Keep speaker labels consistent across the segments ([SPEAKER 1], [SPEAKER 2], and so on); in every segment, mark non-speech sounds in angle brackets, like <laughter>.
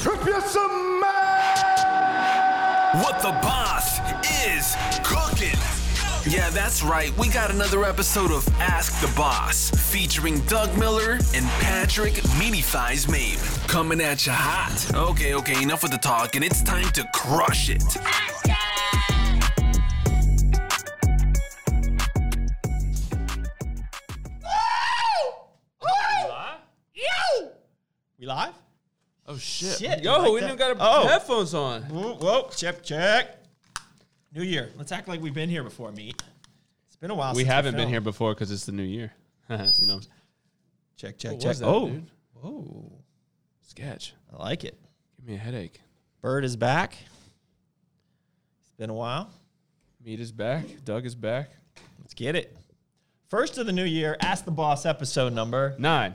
[SPEAKER 1] Strip you some man.
[SPEAKER 2] What the boss is cooking. Yeah, that's right. We got another episode of Ask the Boss featuring Doug Miller and Patrick Meatyfies Mabe coming at you hot. Okay, okay, enough with the talk, and it's time to crush it.
[SPEAKER 3] We live?
[SPEAKER 4] Oh shit.
[SPEAKER 3] Shit.
[SPEAKER 4] Yo,
[SPEAKER 3] I like
[SPEAKER 4] we
[SPEAKER 3] that.
[SPEAKER 4] didn't got
[SPEAKER 3] Oh.
[SPEAKER 4] headphones on.
[SPEAKER 3] Whoa, whoa, check, check. New year. Let's act like we've been here before, meet. It's been a while.
[SPEAKER 4] We
[SPEAKER 3] since
[SPEAKER 4] haven't been
[SPEAKER 3] filmed.
[SPEAKER 4] here before because it's the new year. <laughs> you know,
[SPEAKER 3] Check, check,
[SPEAKER 4] What
[SPEAKER 3] check.
[SPEAKER 4] was that,
[SPEAKER 3] oh,
[SPEAKER 4] dude?
[SPEAKER 3] whoa,
[SPEAKER 4] sketch.
[SPEAKER 3] I like it.
[SPEAKER 4] Give me a headache.
[SPEAKER 3] Bird is back. It's been a while.
[SPEAKER 4] Meat is back. Doug is back.
[SPEAKER 3] Let's get it. First of the new year. Ask the boss episode number.
[SPEAKER 4] Nine.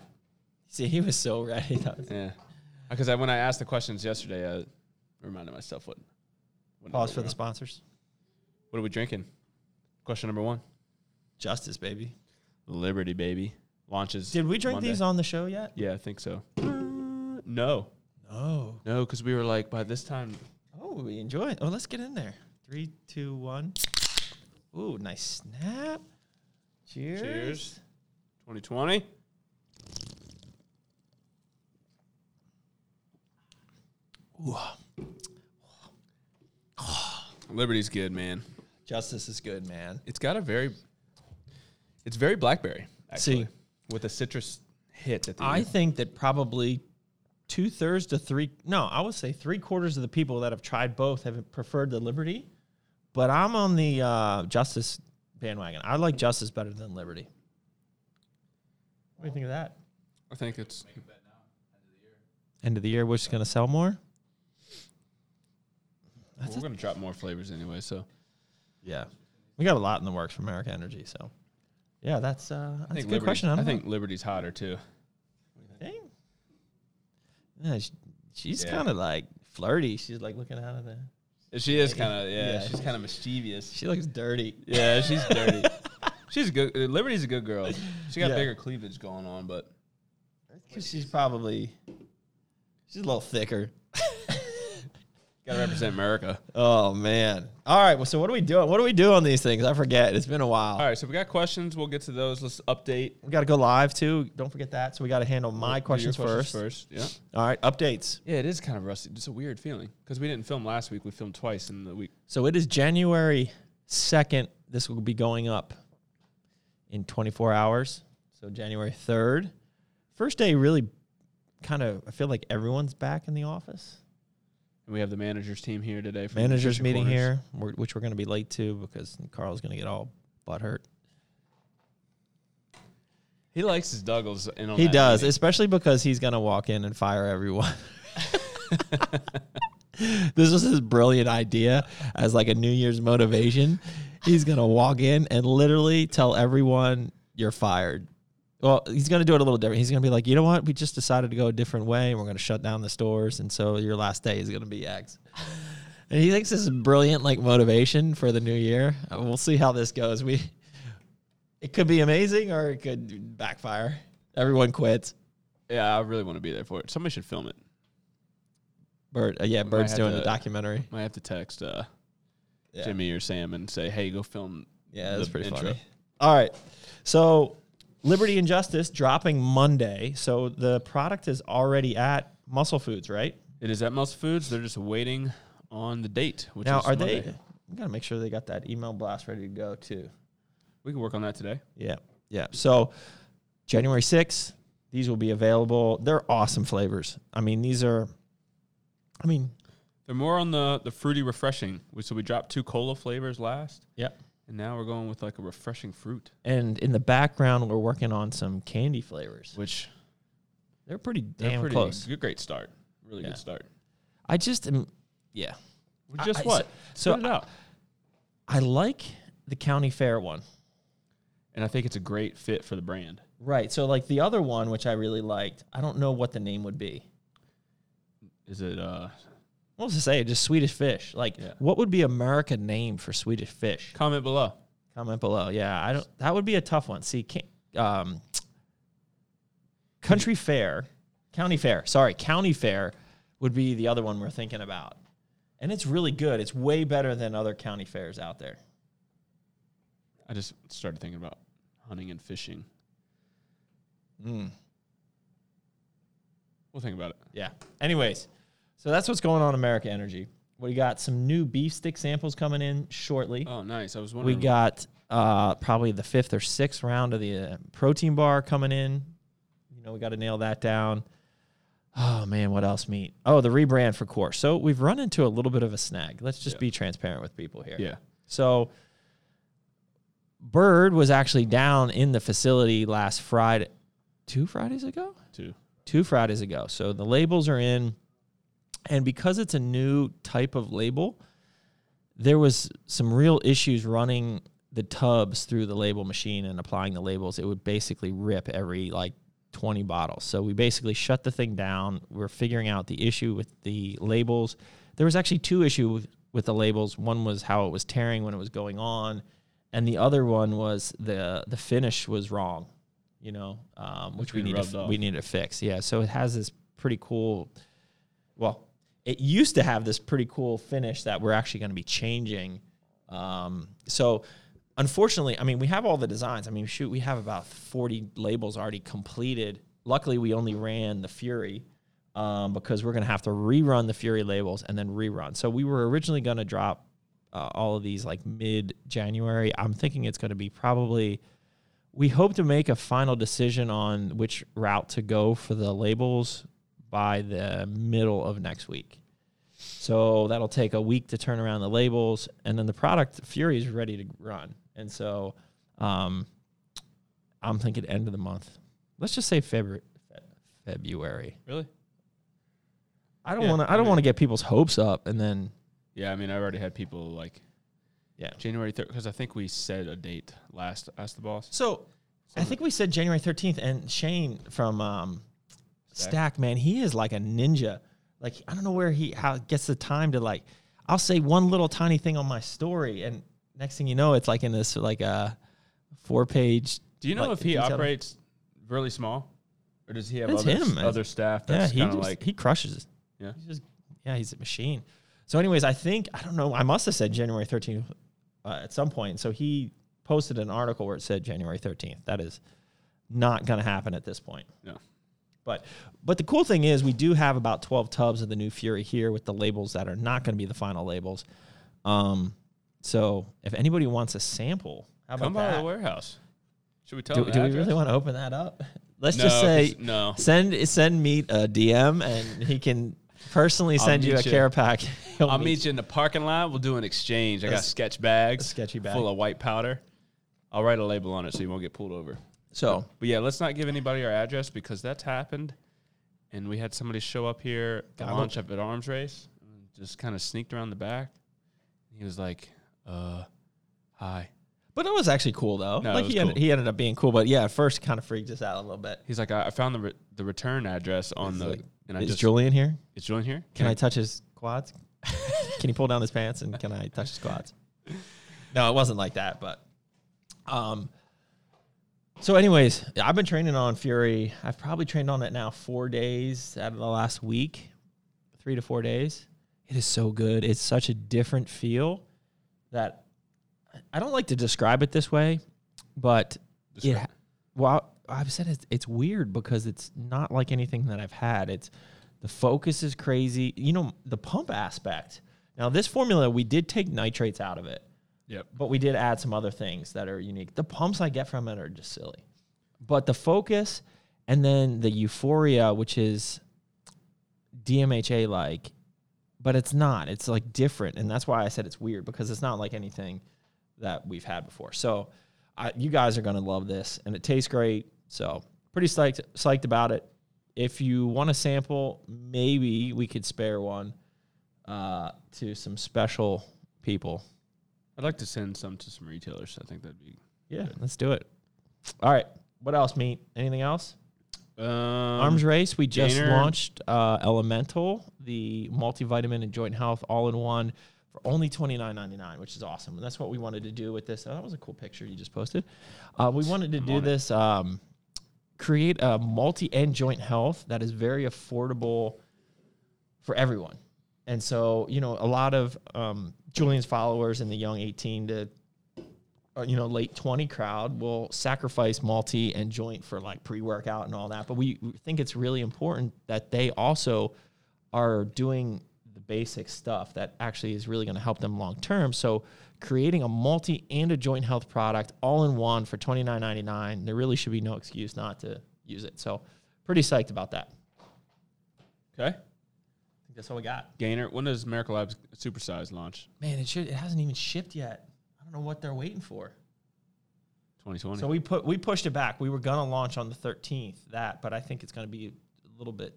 [SPEAKER 3] See, he was so ready. <laughs> That was-
[SPEAKER 4] Yeah. Because Uh, I, when I asked the questions yesterday, I reminded myself what.
[SPEAKER 3] Pause
[SPEAKER 4] what number
[SPEAKER 3] for
[SPEAKER 4] we're
[SPEAKER 3] the
[SPEAKER 4] on.
[SPEAKER 3] sponsors.
[SPEAKER 4] What are we drinking? Question number one.
[SPEAKER 3] Justice, baby.
[SPEAKER 4] Liberty, baby. Launches.
[SPEAKER 3] Did we drink
[SPEAKER 4] Monday.
[SPEAKER 3] these on the show yet?
[SPEAKER 4] Yeah, I think so. Uh, no.
[SPEAKER 3] Oh.
[SPEAKER 4] No, because we were like, by this time,
[SPEAKER 3] Oh, we enjoy it. Oh, let's get in there. Three, two, one. Ooh, nice snap. Cheers.
[SPEAKER 4] Cheers. 2020. Liberty's good, man.
[SPEAKER 3] Justice is good, man.
[SPEAKER 4] It's got a very, it's very blackberry actually,
[SPEAKER 3] See.
[SPEAKER 4] with a citrus hit at the
[SPEAKER 3] I
[SPEAKER 4] end.
[SPEAKER 3] think that probably two thirds to three. No, I would say three quarters of the people that have tried both have preferred the Liberty, but I'm on the uh, Justice bandwagon. I like Justice better than Liberty. What do you think of that?
[SPEAKER 4] I think it's
[SPEAKER 3] End of the year, we're just gonna sell more.
[SPEAKER 4] we're gonna drop more flavors anyway. So
[SPEAKER 3] Yeah, we got a lot in the works for America Energy. So, yeah, that's uh,
[SPEAKER 4] I
[SPEAKER 3] that's a
[SPEAKER 4] think
[SPEAKER 3] good
[SPEAKER 4] Liberty-
[SPEAKER 3] question.
[SPEAKER 4] I,
[SPEAKER 3] don't
[SPEAKER 4] think Liberty's hotter too.
[SPEAKER 3] know. Dang. Yeah, sh- she's
[SPEAKER 4] Yeah.
[SPEAKER 3] kind of like flirty. She's like looking out of the.
[SPEAKER 4] She is kind of yeah,
[SPEAKER 3] Yeah.
[SPEAKER 4] She's kind of mischievous.
[SPEAKER 3] She looks dirty.
[SPEAKER 4] <laughs> Yeah, she's dirty. she's a good. uh, Liberty's a good girl. She got
[SPEAKER 3] Yeah.
[SPEAKER 4] bigger cleavage going on, but
[SPEAKER 3] Because she's probably she's a little thicker.
[SPEAKER 4] gotta represent America.
[SPEAKER 3] Oh man! All right. Well, so what do we do? What do we do on these things? I forget. It's been a while.
[SPEAKER 4] All right, so we got questions. We'll get to those. Let's update
[SPEAKER 3] We got to go live too. Don't forget that. So we got to handle my questions, first.
[SPEAKER 4] first.
[SPEAKER 3] All right. Updates.
[SPEAKER 4] Yeah, yeah, it is kind of rusty. It's a weird feeling because we didn't film last week. We filmed twice in the week.
[SPEAKER 3] So it is January second. This will be going up in 24 hours. So January 3rd. First day really kind of. I feel like everyone's back in the office.
[SPEAKER 4] And we have the managers team here today. From
[SPEAKER 3] Managers
[SPEAKER 4] Nutrition
[SPEAKER 3] meeting
[SPEAKER 4] Corners.
[SPEAKER 3] here, we're- which we're going to be late to because Carl's going to get all butt hurt.
[SPEAKER 4] He likes his Douglas. In on
[SPEAKER 3] He
[SPEAKER 4] that
[SPEAKER 3] does,
[SPEAKER 4] meeting.
[SPEAKER 3] especially because he's gonna walk in and fire everyone. <laughs> this was his brilliant idea as like a New Year's motivation. He's gonna walk in and literally tell everyone you're fired. Well, he's gonna do it a little different. He's gonna be like, you know what? We just decided to go a different way, and we're gonna shut down the stores, and so your last day is gonna be X. And he thinks this is brilliant, like motivation for the new year. Uh, We'll see how this goes. We, it could be amazing, or it could backfire. Everyone quits.
[SPEAKER 4] Yeah, I really want to be there for it. Somebody should film it.
[SPEAKER 3] Bird, uh, yeah,
[SPEAKER 4] might
[SPEAKER 3] Bird's
[SPEAKER 4] have
[SPEAKER 3] doing the
[SPEAKER 4] to-
[SPEAKER 3] documentary.
[SPEAKER 4] Might have to text uh,
[SPEAKER 3] Yeah.
[SPEAKER 4] Jimmy or Sam and say, "Hey, go film."
[SPEAKER 3] Yeah, that's
[SPEAKER 4] the
[SPEAKER 3] pretty
[SPEAKER 4] intro.
[SPEAKER 3] funny. All right, so Liberty and Justice dropping Monday. So the product is already at Muscle Foods, right?
[SPEAKER 4] It is at Muscle Foods. They're just waiting on the date. Which
[SPEAKER 3] now,
[SPEAKER 4] is
[SPEAKER 3] are they?
[SPEAKER 4] Monday.
[SPEAKER 3] We gotta make sure they got that email blast ready to go too.
[SPEAKER 4] We can work on that today.
[SPEAKER 3] Yeah, yeah. So January sixth, these will be available. They're awesome flavors. I mean, these are. I mean,
[SPEAKER 4] They're more on the the fruity, refreshing. We- So we dropped two cola flavors last.
[SPEAKER 3] yeah.
[SPEAKER 4] And now we're going with like a refreshing fruit,
[SPEAKER 3] And in the background, we're working on some candy flavors.
[SPEAKER 4] which
[SPEAKER 3] They're pretty
[SPEAKER 4] they're
[SPEAKER 3] damn
[SPEAKER 4] pretty
[SPEAKER 3] close.
[SPEAKER 4] Good, great start. Really
[SPEAKER 3] Yeah.
[SPEAKER 4] good start.
[SPEAKER 3] I just am. Yeah. I-
[SPEAKER 4] Just
[SPEAKER 3] I-
[SPEAKER 4] what?
[SPEAKER 3] so-
[SPEAKER 4] So, Put it out.
[SPEAKER 3] I like the county fair one.
[SPEAKER 4] And I think it's a great fit for the brand.
[SPEAKER 3] Right. So like the other one, which I really liked, I don't know what the name would be.
[SPEAKER 4] Is it? uh
[SPEAKER 3] What was I say? Just Swedish fish. Like
[SPEAKER 4] Yeah.
[SPEAKER 3] what would be American name for Swedish fish?
[SPEAKER 4] Comment below.
[SPEAKER 3] Comment below. Yeah, I don't. That would be a tough one. See, can, um, country fair, county fair. Sorry, county fair would be the other one we're thinking about. And it's really good. It's way better than other county fairs out there.
[SPEAKER 4] I just started thinking about hunting and fishing.
[SPEAKER 3] Hmm.
[SPEAKER 4] We'll think about it.
[SPEAKER 3] Yeah. Anyways, so that's what's going on in America Energy. We got some new beef stick samples coming in shortly.
[SPEAKER 4] Oh, nice. I was
[SPEAKER 3] we
[SPEAKER 4] wondering.
[SPEAKER 3] got uh, probably the fifth or sixth round of the uh, protein bar coming in. You know, we got to nail that down. Oh man, what else meat? Oh, the rebrand for core. So we've run into a little bit of a snag. Let's just be transparent with people here.
[SPEAKER 4] Yeah.
[SPEAKER 3] So Bird was actually down in the facility last Friday, two Fridays ago
[SPEAKER 4] Two.
[SPEAKER 3] two Fridays ago. So the labels are in, and because it's a new type of label, there was some real issues running the tubs through the label machine and applying the labels. It would basically rip every like 20 bottles. So we basically shut the thing down. We're figuring out the issue with the labels. There was actually two issues with the labels. One was how it was tearing when it was going on, and the other one was the the finish was wrong. You know, um, which we need
[SPEAKER 4] being
[SPEAKER 3] to,
[SPEAKER 4] rubbed
[SPEAKER 3] f-
[SPEAKER 4] off.
[SPEAKER 3] we need to fix. Yeah, so it has this pretty cool. Well, it used to have this pretty cool finish that we're actually going to be changing. Um, so, unfortunately, I mean, we have all the designs. I mean, shoot, we have about forty labels already completed. Luckily, we only ran the Fury um, because we're going to have to rerun the Fury labels and then rerun. So we were originally going to drop uh, all of these like mid January. I'm thinking it's going to be probably we hope to make a final decision on which route to go for the labels by the middle of next week. So that'll take a week to turn around the labels, and then the product Fury is ready to run. And so, um, I'm thinking end of the month. Let's just say February. February.
[SPEAKER 4] Really?
[SPEAKER 3] I don't
[SPEAKER 4] Yeah,
[SPEAKER 3] want to. I
[SPEAKER 4] I
[SPEAKER 3] don't
[SPEAKER 4] mean-
[SPEAKER 3] want to get people's hopes up, and then
[SPEAKER 4] Yeah. I mean, I already had people like.
[SPEAKER 3] Yeah.
[SPEAKER 4] January third, because I think we said a date last. Ask the boss.
[SPEAKER 3] So I think we said January 13th, and Shane from um, Stack.
[SPEAKER 4] Stack.
[SPEAKER 3] man, he is like a ninja. Like I don't know where he how he gets the time to like. I'll say one little tiny thing on my story, and next thing you know, it's like in this like a four page.
[SPEAKER 4] Do you know
[SPEAKER 3] like,
[SPEAKER 4] if he
[SPEAKER 3] detailed-
[SPEAKER 4] operates really small, or does he have
[SPEAKER 3] It's
[SPEAKER 4] other,
[SPEAKER 3] him, man.
[SPEAKER 4] other staff?
[SPEAKER 3] Yeah,
[SPEAKER 4] That's
[SPEAKER 3] he
[SPEAKER 4] kind
[SPEAKER 3] just,
[SPEAKER 4] of like
[SPEAKER 3] he crushes it.
[SPEAKER 4] yeah.
[SPEAKER 3] He's just yeah, he's a machine. So, anyways, I think I don't know. I must have said January 13th uh, at some point. So he posted an article where it said January 13th. That is not going to happen at this point.
[SPEAKER 4] No.
[SPEAKER 3] But but the cool thing is we do have about 12 tubs of the new Fury here with the labels that are not going to be the final labels. Um, so if anybody wants a sample, how about
[SPEAKER 4] Come by
[SPEAKER 3] that?
[SPEAKER 4] the warehouse. Should we tell?
[SPEAKER 3] do,
[SPEAKER 4] him
[SPEAKER 3] do
[SPEAKER 4] the
[SPEAKER 3] we really
[SPEAKER 4] address?
[SPEAKER 3] want to open that up? Let's
[SPEAKER 4] No,
[SPEAKER 3] just say
[SPEAKER 4] 'cause- no.
[SPEAKER 3] Send send me a DM and he can personally send you a
[SPEAKER 4] meet you.
[SPEAKER 3] care pack. <laughs> He'll
[SPEAKER 4] I'll meet you in the parking lot. We'll do an exchange. I got
[SPEAKER 3] That's-
[SPEAKER 4] sketch bags,
[SPEAKER 3] sketchy bag.
[SPEAKER 4] full of white powder. I'll write a label on it so you won't get pulled over.
[SPEAKER 3] So
[SPEAKER 4] But yeah, let's not give anybody our address because that's happened, and we had somebody show up here at the
[SPEAKER 3] Got
[SPEAKER 4] launch of an arms race, and just kind of sneaked around the back. He was like, "Uh, hi."
[SPEAKER 3] But it was actually cool though.
[SPEAKER 4] No, it
[SPEAKER 3] like
[SPEAKER 4] was
[SPEAKER 3] he ended,
[SPEAKER 4] cool.
[SPEAKER 3] he ended up being cool, but yeah, at first kind of freaked us out a little bit.
[SPEAKER 4] He's like, "I, I found the re- the return address on
[SPEAKER 3] It's
[SPEAKER 4] the."
[SPEAKER 3] like,
[SPEAKER 4] and I
[SPEAKER 3] Is
[SPEAKER 4] just
[SPEAKER 3] Julian here?
[SPEAKER 4] Is Julian here?
[SPEAKER 3] Can I touch his <laughs> quads? can he pull down his pants and can I touch his quads? <laughs> No, it wasn't like that, but um so anyways, I've been training on Fury. I've probably trained on it now 4 days out of the last week. 3 to 4 days. It is so good. It's such a different feel that I don't like to describe it this way, but
[SPEAKER 4] Describe
[SPEAKER 3] it, ha- well, I've said it's, it's weird because it's not like anything that I've had. It's the focus is crazy. You know, the pump aspect. Now, this formula, we did take nitrates out of it,
[SPEAKER 4] Yep.
[SPEAKER 3] but we did add some other things that are unique. The pumps I get from it are just silly. But the focus and then the euphoria, which is DMHA like, but it's not. It's like different, and that's why I said it's weird because it's not like anything that we've had before. So, I, you guys are gonna love this, and it tastes great. So, pretty psyched psyched about it. If you want a sample, maybe we could spare one uh, to some special people.
[SPEAKER 4] I'd like to send some to some retailers. I think that'd be.
[SPEAKER 3] Yeah, let's do it. All right. What else, meat? Anything else?
[SPEAKER 4] Um,
[SPEAKER 3] Arms Race, we just
[SPEAKER 4] Gainer.
[SPEAKER 3] launched uh, Elemental, the multivitamin and joint health all in one for only twenty nine ninety nine, which is awesome. And that's what we wanted to do with this. Oh, that was a cool picture you just posted. Uh, we wanted to do this, um, create a multi and joint health that is very affordable for everyone. And so, you know, a lot of um, Julian's followers in the young 18 to, uh, you know, late 20 crowd will sacrifice multi and joint for like pre workout and all that. But we we think it's really important that they also are doing the basic stuff that actually is really going to help them long term. So, creating a multi and a joint health product all in one for $29.99, there really should be no excuse not to use it. So, pretty psyched about that.
[SPEAKER 4] Okay.
[SPEAKER 3] That's all we got.
[SPEAKER 4] Gainer, when does Miracle Labs Supersize launch?
[SPEAKER 3] Man, it should it hasn't even shipped yet. I don't know what they're waiting for.
[SPEAKER 4] 2020.
[SPEAKER 3] So we put we pushed it back. We were gonna launch on the 13th, that, but I think it's gonna be a little bit,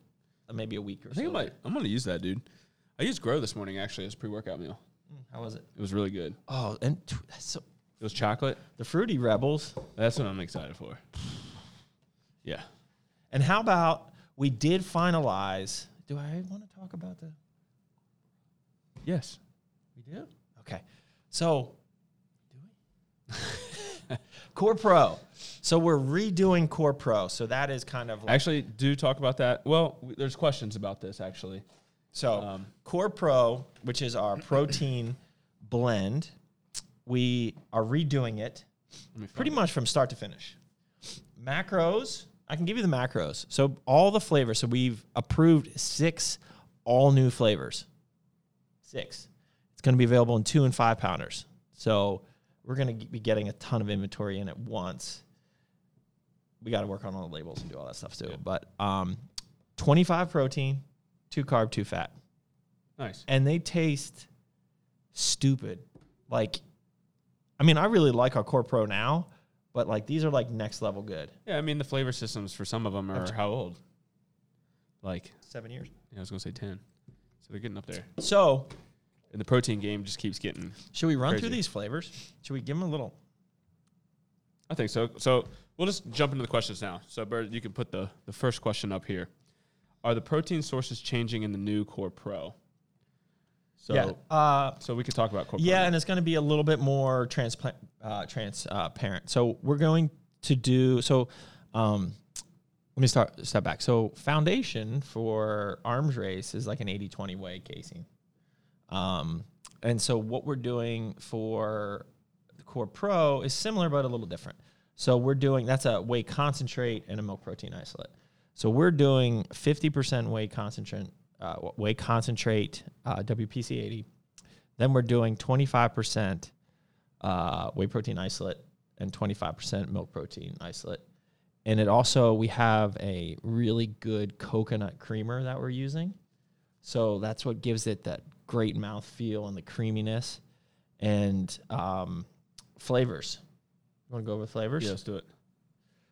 [SPEAKER 3] uh, maybe a week or
[SPEAKER 4] I think I
[SPEAKER 3] so.
[SPEAKER 4] might, I'm going to use that, dude. I used Grow this morning, actually, as a pre workout meal.
[SPEAKER 3] How was it?
[SPEAKER 4] It was really good.
[SPEAKER 3] Oh, and tw- that's so,
[SPEAKER 4] It was chocolate.
[SPEAKER 3] the fruity rebels.
[SPEAKER 4] That's what I'm excited for. <sighs> Yeah.
[SPEAKER 3] And how about we did finalize? Do I want to talk about the?
[SPEAKER 4] Yes.
[SPEAKER 3] We do. Okay. So, do we? <laughs> Core Pro. So we're redoing Core Pro. So that is kind of like
[SPEAKER 4] Actually, do talk about that. Well, w- there's questions about this, actually.
[SPEAKER 3] So
[SPEAKER 4] Um,
[SPEAKER 3] Core Pro, which is our protein <clears throat> blend, we are redoing it
[SPEAKER 4] Let me find
[SPEAKER 3] pretty
[SPEAKER 4] it.
[SPEAKER 3] much from start to finish. Macros, I can give you the macros. So all the flavors. So we've approved six all new flavors. Six. It's going to be available in two and five pounders. So we're going to be getting a ton of inventory in at once. We got to work on all the labels and do all that stuff too. But um, 25 protein, two carb, two fat
[SPEAKER 4] Nice.
[SPEAKER 3] and they taste stupid. Like, I mean, I really like our Core Pro now, but like these are like next level good.
[SPEAKER 4] Yeah, I mean, the flavor systems for some of them are how old? Like,
[SPEAKER 3] Seven years.
[SPEAKER 4] yeah, I was going to say 10. So they're getting up there.
[SPEAKER 3] So,
[SPEAKER 4] And the protein game just keeps getting.
[SPEAKER 3] should we run through
[SPEAKER 4] Crazy.
[SPEAKER 3] these flavors? Should we give them a little?
[SPEAKER 4] I think so. So we'll just jump into the questions now. So, Bird, you can put the, the first question up here. Are the protein sources changing in the new Core Pro? So,
[SPEAKER 3] yeah. Uh,
[SPEAKER 4] so we could talk about Core
[SPEAKER 3] yeah,
[SPEAKER 4] Pro.
[SPEAKER 3] and it's going to be a little bit more transplant, uh, transparent. So we're going to do so. Um, let me start step back. So foundation for arms race is like an 80-20 way casing. Um, and so what we're doing for the Core Pro is similar but a little different. So we're doing that's a whey concentrate and a milk protein isolate. So we're doing 50% whey concentrate, uh, whey concentrate uh, WPC80. Then we're doing 25% uh, whey protein isolate and 25% milk protein isolate. And it also we have a really good coconut creamer that we're using. So that's what gives it that great mouthfeel and the creaminess and um, flavors. You want to go over flavors?
[SPEAKER 4] Yeah, let's do it.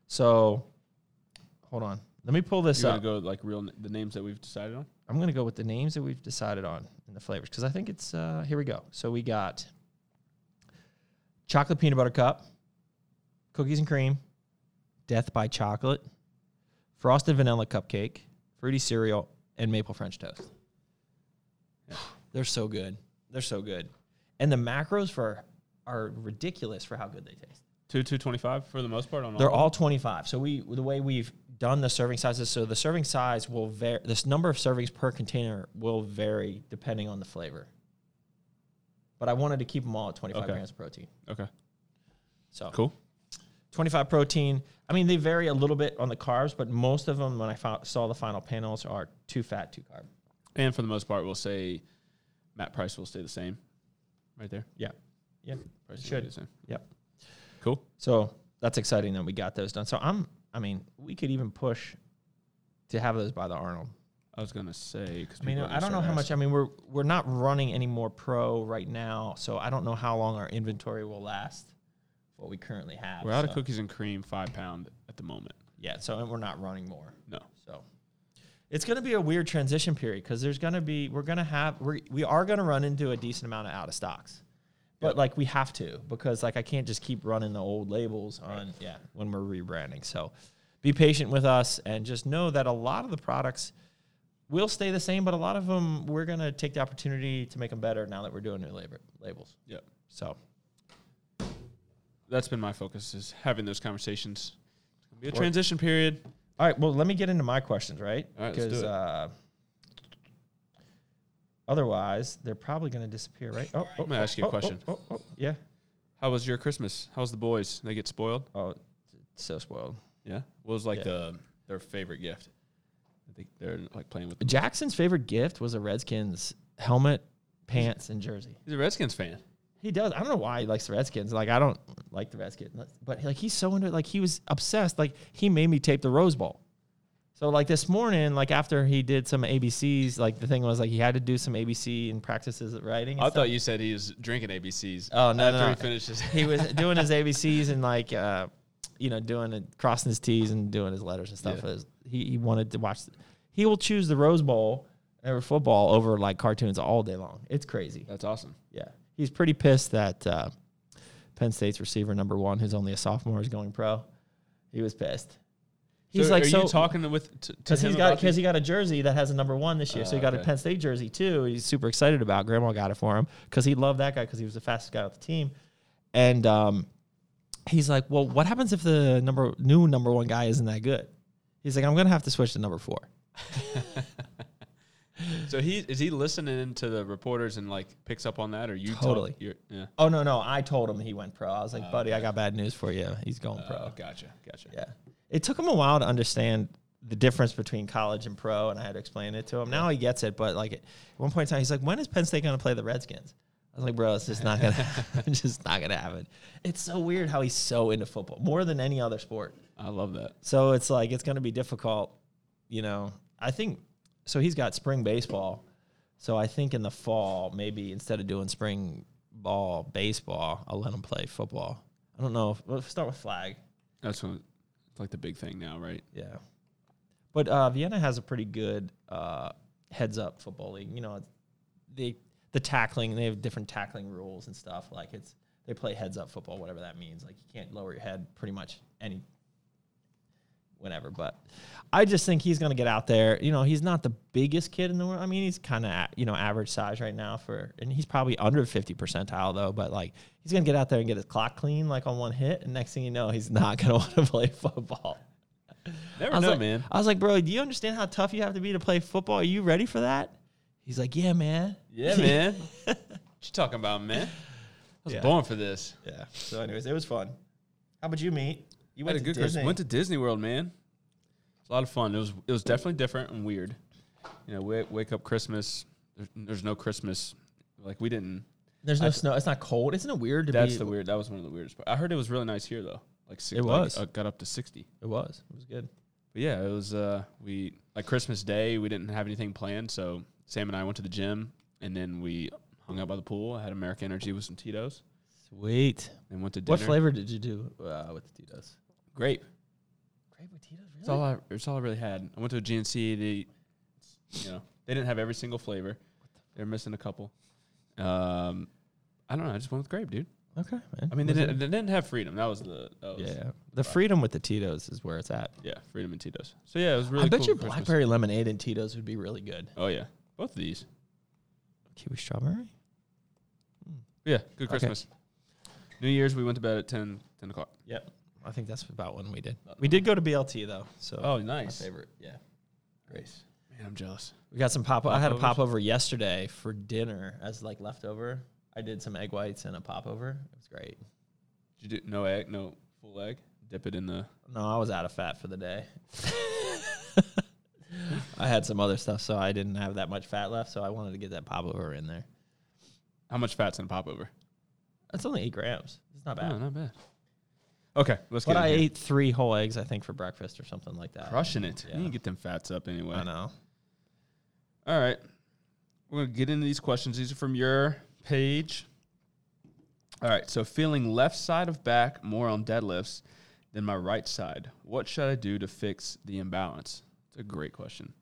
[SPEAKER 3] So hold on. Let me pull this
[SPEAKER 4] You want
[SPEAKER 3] up.
[SPEAKER 4] to go like real n- the names that we've decided on?
[SPEAKER 3] I'm going to go with the names that we've decided on and the flavors because I think it's, uh, here we go. So we got chocolate peanut butter cup, cookies and cream, death by chocolate, frosted vanilla cupcake, fruity cereal, and maple French toast. <sighs> They're so good. They're so good. And the macros for are ridiculous for how good they taste.
[SPEAKER 4] Two two twenty five for the most part on
[SPEAKER 3] They're all 25. So we the way we've done the serving sizes, so the serving size will vary. This number of servings per container will vary depending on the flavor. But I wanted to keep them all at 25
[SPEAKER 4] Okay.
[SPEAKER 3] grams of protein.
[SPEAKER 4] Okay,
[SPEAKER 3] So
[SPEAKER 4] cool.
[SPEAKER 3] 25 protein. I mean, they vary a little bit on the carbs, but most of them, when I fou- saw the final panels, are two fat, two carb.
[SPEAKER 4] And for the most part, we'll say Matt Price will stay the same, right there.
[SPEAKER 3] Yeah. Yeah.
[SPEAKER 4] Price
[SPEAKER 3] It
[SPEAKER 4] will stay
[SPEAKER 3] should.
[SPEAKER 4] the same.
[SPEAKER 3] Yep.
[SPEAKER 4] Cool.
[SPEAKER 3] So that's exciting that we got those done. So I'm, I mean, we could even push to have those by the Arnold.
[SPEAKER 4] I was gonna say because
[SPEAKER 3] I mean, I don't know how much. I mean, we're we're not running any more pro right now, so I don't know how long our inventory will last. What we currently have.
[SPEAKER 4] We're out of
[SPEAKER 3] so-
[SPEAKER 4] cookies and cream, five pound at the moment.
[SPEAKER 3] Yeah, so and we're not running more.
[SPEAKER 4] No,
[SPEAKER 3] So it's going to be a weird transition period because there's going to be we're going to have we're, we are going to run into a decent amount of out of stocks, but like we have to because like I can't just keep running the old labels on yeah when we're rebranding. So be patient with us and just know that a lot of the products will stay the same, but a lot of them we're going to take the opportunity to make them better now that we're doing new labor labels.
[SPEAKER 4] yep.
[SPEAKER 3] So
[SPEAKER 4] That's been my focus is having those conversations. It's gonna be a transition period.
[SPEAKER 3] Oh, All right. Well, let me get into my questions, right?
[SPEAKER 4] All right, let's do it.
[SPEAKER 3] uh, Otherwise, they're probably going to disappear, right? Oh,
[SPEAKER 4] I'm gonna ask you a question.
[SPEAKER 3] Oh, oh, yeah.
[SPEAKER 4] How was your Christmas? How's the boys? They get spoiled.
[SPEAKER 3] Oh, it's so spoiled.
[SPEAKER 4] Yeah. What was like the their favorite gift? I think they're like playing with.
[SPEAKER 3] Jackson's favorite gift was a Redskins helmet, pants, and jersey.
[SPEAKER 4] He's a Redskins fan.
[SPEAKER 3] He does. I don't know why he likes the Redskins. Like I don't like the Redskins, but like he's so into. Like he was obsessed. Like he made me tape the Rose Bowl. So like this morning, like after he did some ABCs, like the thing was like he had to do some ABC and practices at writing. and
[SPEAKER 4] I
[SPEAKER 3] stuff.
[SPEAKER 4] thought you said he was drinking ABCs.
[SPEAKER 3] Oh, no, no,
[SPEAKER 4] After
[SPEAKER 3] no.
[SPEAKER 4] he finishes,
[SPEAKER 3] he was doing his ABCs and like uh, you know doing it, crossing his T's and doing his letters and stuff.
[SPEAKER 4] Yeah.
[SPEAKER 3] It was- he, he wanted to watch. He will choose the Rose Bowl over football over like cartoons all day long. It's crazy.
[SPEAKER 4] <laughs> That's awesome.
[SPEAKER 3] Yeah, he's pretty pissed that uh, Penn State's receiver number one, who's only a sophomore, is going pro. He was pissed. He's
[SPEAKER 4] so
[SPEAKER 3] like
[SPEAKER 4] are
[SPEAKER 3] so
[SPEAKER 4] you talking to- with to, to
[SPEAKER 3] because
[SPEAKER 4] him
[SPEAKER 3] he's got
[SPEAKER 4] about
[SPEAKER 3] because
[SPEAKER 4] these-
[SPEAKER 3] he got a jersey that has a number one this year. so he got a
[SPEAKER 4] okay.
[SPEAKER 3] Penn State jersey too. He's super excited about. Grandma got it for him because he loved that guy because he was the fastest guy on the team. And um, he's like, well, what happens if the number new number one guy isn't that good? He's like, I'm gonna have to switch to number four.
[SPEAKER 4] So he is he listening to the reporters and like picks up on that, or you talk-
[SPEAKER 3] Totally.
[SPEAKER 4] you're, yeah.
[SPEAKER 3] Oh no, no, I told him he went pro. I was like, buddy, I got bad news for you. He's going pro.
[SPEAKER 4] Oh, gotcha, gotcha.
[SPEAKER 3] Yeah. It took him a while to understand the difference between college and pro, and I had to explain it to him. Now he gets it, but like at one point in time, he's like, "When is Penn State going to play the Redskins?" I was like, "Bro, it's just not gonna, <laughs> it's just not gonna happen." It's so weird how he's so into football more than any other sport.
[SPEAKER 4] I love that.
[SPEAKER 3] So it's like it's going to be difficult, you know. I think so. He's got spring baseball, so I think in the fall maybe instead of doing spring ball baseball, I'll let him play football. I don't know. Let's start with flag.
[SPEAKER 4] That's what, it's like the big thing now, right?
[SPEAKER 3] Yeah. But uh, Vienna has a pretty good uh, heads up football league. You know, the the tackling they have different tackling rules and stuff. Like it's they play heads up football, whatever that means. Like you can't lower your head pretty much any whenever. But I just think he's going to get out there. You know, he's not the biggest kid in the world. I mean, he's kind of you know average size right now for, and he's probably under fifty percentile though. But like, he's going to get out there and get his clock clean like on one hit, and next thing you know, he's not <laughs> going to want to play football.
[SPEAKER 4] Never
[SPEAKER 3] I was
[SPEAKER 4] know,
[SPEAKER 3] like,
[SPEAKER 4] man.
[SPEAKER 3] I was like, bro, do you understand how tough you have to be to play football? Are you ready for that? He's like, yeah, man.
[SPEAKER 4] <laughs> Yeah, man. what you talking about, man? I was
[SPEAKER 3] Yeah.
[SPEAKER 4] born for this.
[SPEAKER 3] Yeah. So, anyways, it was fun. How about you, meet? You
[SPEAKER 4] I
[SPEAKER 3] went
[SPEAKER 4] had a
[SPEAKER 3] to
[SPEAKER 4] good Christmas.
[SPEAKER 3] Disney.
[SPEAKER 4] Went to Disney World, man. It's a lot of fun. It was it was definitely different and weird. You know, wake, wake up Christmas. There's, there's no Christmas. Like we didn't.
[SPEAKER 3] There's no snow. It's not cold. Isn't it weird to
[SPEAKER 4] That's
[SPEAKER 3] be?
[SPEAKER 4] the weird. That was one of the weirdest. Part. I heard it was really nice here though. Like six,
[SPEAKER 3] It
[SPEAKER 4] like,
[SPEAKER 3] was.
[SPEAKER 4] uh, got up to sixty.
[SPEAKER 3] It was. It was good.
[SPEAKER 4] But yeah, it was uh we like Christmas Day, we didn't have anything planned, so Sam and I went to the gym and then we hung out by the pool. I had American Energy with some Tito's
[SPEAKER 3] Sweet.
[SPEAKER 4] and went to dinner.
[SPEAKER 3] What flavor did you do uh, with the Tito's?
[SPEAKER 4] Grape.
[SPEAKER 3] Grape with Tito's,
[SPEAKER 4] It's all I it's all I really had. I went to a GNC, they you know, they didn't have every single flavor. They're missing a couple. Um I don't know, I just went with grape, dude.
[SPEAKER 3] Okay, man.
[SPEAKER 4] I mean they didn't they didn't have freedom. That was the that was,
[SPEAKER 3] yeah, the freedom with the Tito's is where it's at.
[SPEAKER 4] yeah, freedom and Tito's. So yeah, it was really
[SPEAKER 3] I bet
[SPEAKER 4] cool
[SPEAKER 3] you
[SPEAKER 4] Christmas.
[SPEAKER 3] blackberry lemonade and Tito's would be really good.
[SPEAKER 4] Oh yeah. Both of these.
[SPEAKER 3] Kiwi strawberry.
[SPEAKER 4] Yeah, good Christmas. New Year's we went to bed at 10, 10 o'clock.
[SPEAKER 3] Yep. I think that's about when we did. We did go to BLT though. So
[SPEAKER 4] Oh, nice.
[SPEAKER 3] my favorite. Yeah. Grace.
[SPEAKER 4] Man, I'm jealous.
[SPEAKER 3] We got some pop. I had a
[SPEAKER 4] Popovers?
[SPEAKER 3] popover yesterday for dinner as like leftover. I did some egg whites and a popover. It was great.
[SPEAKER 4] Did you do no egg, no full egg? Dip it in the.
[SPEAKER 3] No, I was out of fat for the day. <laughs> I had some other stuff, so I didn't have that much fat left. So I wanted to get that popover in there.
[SPEAKER 4] How much fat's in a popover?
[SPEAKER 3] That's only eight grams. It's not bad.
[SPEAKER 4] Oh, not bad. Okay, let's
[SPEAKER 3] But
[SPEAKER 4] get. in
[SPEAKER 3] I
[SPEAKER 4] here.
[SPEAKER 3] ate three whole eggs, I think, for breakfast or something like that.
[SPEAKER 4] crushing it.
[SPEAKER 3] Yeah.
[SPEAKER 4] You can get them fats up anyway.
[SPEAKER 3] I know.
[SPEAKER 4] All right, we're gonna get into these questions. These are from your page. All right, so feeling left side of back more on deadlifts than my right side. What should I do to fix the imbalance? It's a great question.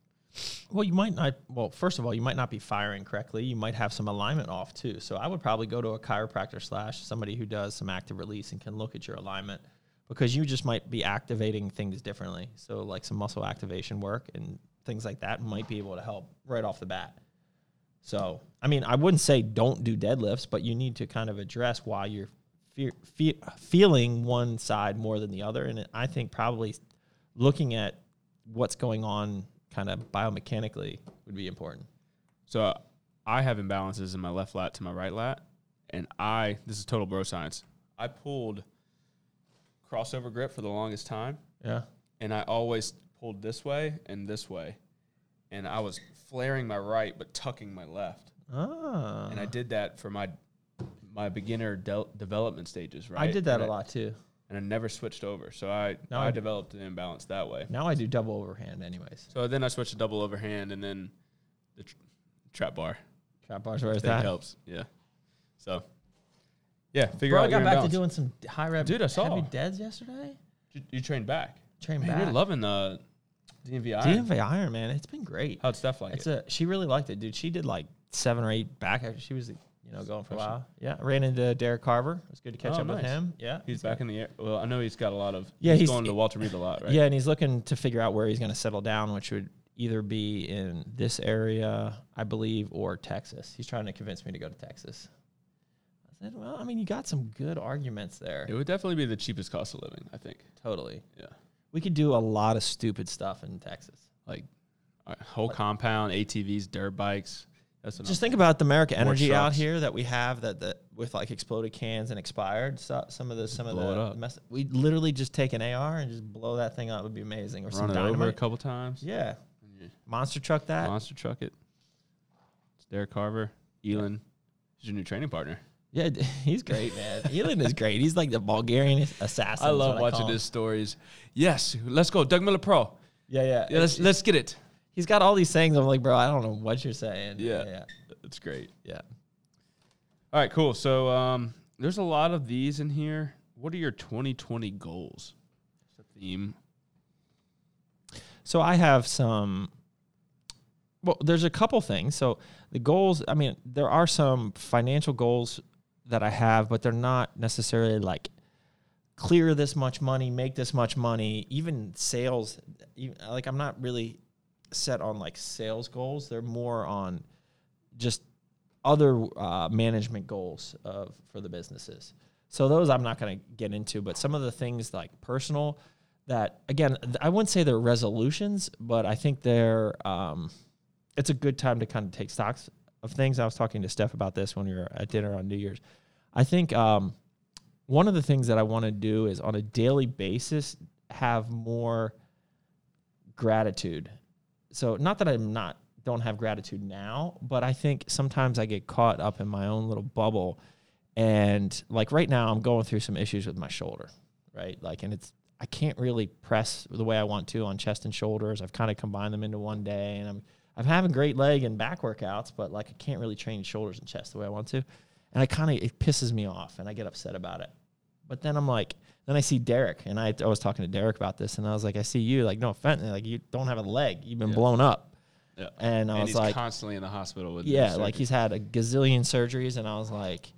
[SPEAKER 3] Well, you might not. Well, first of all, you might not be firing correctly. You might have some alignment off too. So I would probably go to a chiropractor slash somebody who does some active release and can look at your alignment because you just might be activating things differently. So like some muscle activation work and things like that might be able to help right off the bat. So I mean, I wouldn't say don't do deadlifts, but you need to kind of address why you're fe- fe- feeling one side more than the other. And I think probably looking at what's going on kind of biomechanically would be important.
[SPEAKER 4] So I have imbalances in my left lat to my right lat, and I this is total bro science. I pulled crossover grip for the longest time,
[SPEAKER 3] Yeah.
[SPEAKER 4] and I always pulled this way and this way, and I was flaring my right but tucking my left,
[SPEAKER 3] Ah.
[SPEAKER 4] and I did that for my my beginner del development stages. Right,
[SPEAKER 3] I did that
[SPEAKER 4] And
[SPEAKER 3] a lot too.
[SPEAKER 4] and I never switched over, so I
[SPEAKER 3] No,
[SPEAKER 4] I
[SPEAKER 3] I-
[SPEAKER 4] developed an imbalance that way.
[SPEAKER 3] Now I do double overhand, anyways.
[SPEAKER 4] So then I switched to double overhand, and then the tr- trap bar.
[SPEAKER 3] Trap bars, where's
[SPEAKER 4] that
[SPEAKER 3] that?
[SPEAKER 4] helps. Yeah. So, yeah, figure
[SPEAKER 3] Bro, I
[SPEAKER 4] out.
[SPEAKER 3] got
[SPEAKER 4] your
[SPEAKER 3] back
[SPEAKER 4] imbalance.
[SPEAKER 3] to doing some high rep.
[SPEAKER 4] Dude, I saw.
[SPEAKER 3] heavy deads yesterday.
[SPEAKER 4] You, you trained back.
[SPEAKER 3] Train
[SPEAKER 4] Man,
[SPEAKER 3] back.
[SPEAKER 4] You're loving the DMV iron.
[SPEAKER 3] DMV Iron Man. It's been great.
[SPEAKER 4] How'd Steph like
[SPEAKER 3] It's
[SPEAKER 4] it?
[SPEAKER 3] a she really liked it, dude. She did like seven or eight back. after She was you know going for a while. Yeah, ran into Derek Carver. It was good to catch
[SPEAKER 4] Oh,
[SPEAKER 3] up with
[SPEAKER 4] nice.
[SPEAKER 3] him. Yeah,
[SPEAKER 4] he's back in the air. Well, I know he's got a lot of.
[SPEAKER 3] Yeah,
[SPEAKER 4] he's,
[SPEAKER 3] he's-
[SPEAKER 4] going to Walter Reed a lot, right?
[SPEAKER 3] Yeah, and he's looking to figure out where he's going to settle down, which would either be in this area, I believe, or Texas. He's trying to convince me to go to Texas. I said, well, I mean, you got some good arguments there.
[SPEAKER 4] It would definitely be the cheapest cost of living, I think.
[SPEAKER 3] Totally.
[SPEAKER 4] Yeah.
[SPEAKER 3] We could do a lot of stupid stuff in Texas.
[SPEAKER 4] Like uh, whole compound, ATVs, dirt bikes. That's what
[SPEAKER 3] Just think about the America energy out
[SPEAKER 4] trucks.
[SPEAKER 3] here that we have that, that with like exploded cans and expired so, some of the some
[SPEAKER 4] blow it
[SPEAKER 3] of the
[SPEAKER 4] up.
[SPEAKER 3] mess. We literally just take an AR and just blow that thing up would be amazing or
[SPEAKER 4] I'm
[SPEAKER 3] some
[SPEAKER 4] running over a
[SPEAKER 3] dynamite.
[SPEAKER 4] couple times.
[SPEAKER 3] Yeah. Monster truck that.
[SPEAKER 4] Monster truck it. It's Derek Carver, Elon. He's your new training partner.
[SPEAKER 3] Yeah, d- <laughs> he's great, man. Elon is great. He's like the Bulgarian assassin.
[SPEAKER 4] I
[SPEAKER 3] is
[SPEAKER 4] love
[SPEAKER 3] what
[SPEAKER 4] watching
[SPEAKER 3] call him.
[SPEAKER 4] his stories. Yes, let's go, Doug Miller Pro.
[SPEAKER 3] Yeah, yeah.
[SPEAKER 4] Yeah, let's let's get it.
[SPEAKER 3] he's got all these things. I'm like, bro, I don't know what you're saying.
[SPEAKER 4] Yeah.
[SPEAKER 3] yeah,
[SPEAKER 4] That's great.
[SPEAKER 3] yeah.
[SPEAKER 4] All right, cool. So um, there's a lot of these in here. What are your 2020 goals? It's a theme.
[SPEAKER 3] So I have some. Well, there's a couple things. So the goals. I mean, there are some financial goals that I have, but they're not necessarily like clear this much money, make this much money. Even sales, even, like I'm not really set on like sales goals. They're more on just other uh, management goals of for the businesses. So those I'm not going to get into, but some of the things like personal that again th- I wouldn't say they're resolutions, but I think they're um, it's a good time to kind of take stocks of things. I was talking to Steph about this when we were at dinner on New Year's. I think um, one of the things that I want to do is on a daily basis have more gratitude. So not that I'm not don't have gratitude now, but I think sometimes I get caught up in my own little bubble and like right now I'm going through some issues with my shoulder, right? Like and it's I can't really press the way I want to on chest and shoulders. I've kind of combined them into one day and I'm I'm having great leg and back workouts, but like I can't really train shoulders and chest the way I want to. And I kind of it pisses me off and I get upset about it. But then I'm like, then I see Derek, and I, I was talking to Derek about this, and I was like, I see you, like, no offense, like you don't have a leg, you've been blown up,
[SPEAKER 4] Yeah.
[SPEAKER 3] and I
[SPEAKER 4] and
[SPEAKER 3] was
[SPEAKER 4] he's
[SPEAKER 3] like,
[SPEAKER 4] constantly in the hospital with
[SPEAKER 3] yeah,
[SPEAKER 4] the
[SPEAKER 3] like
[SPEAKER 4] surgery.
[SPEAKER 3] he's had a gazillion surgeries, and I was like,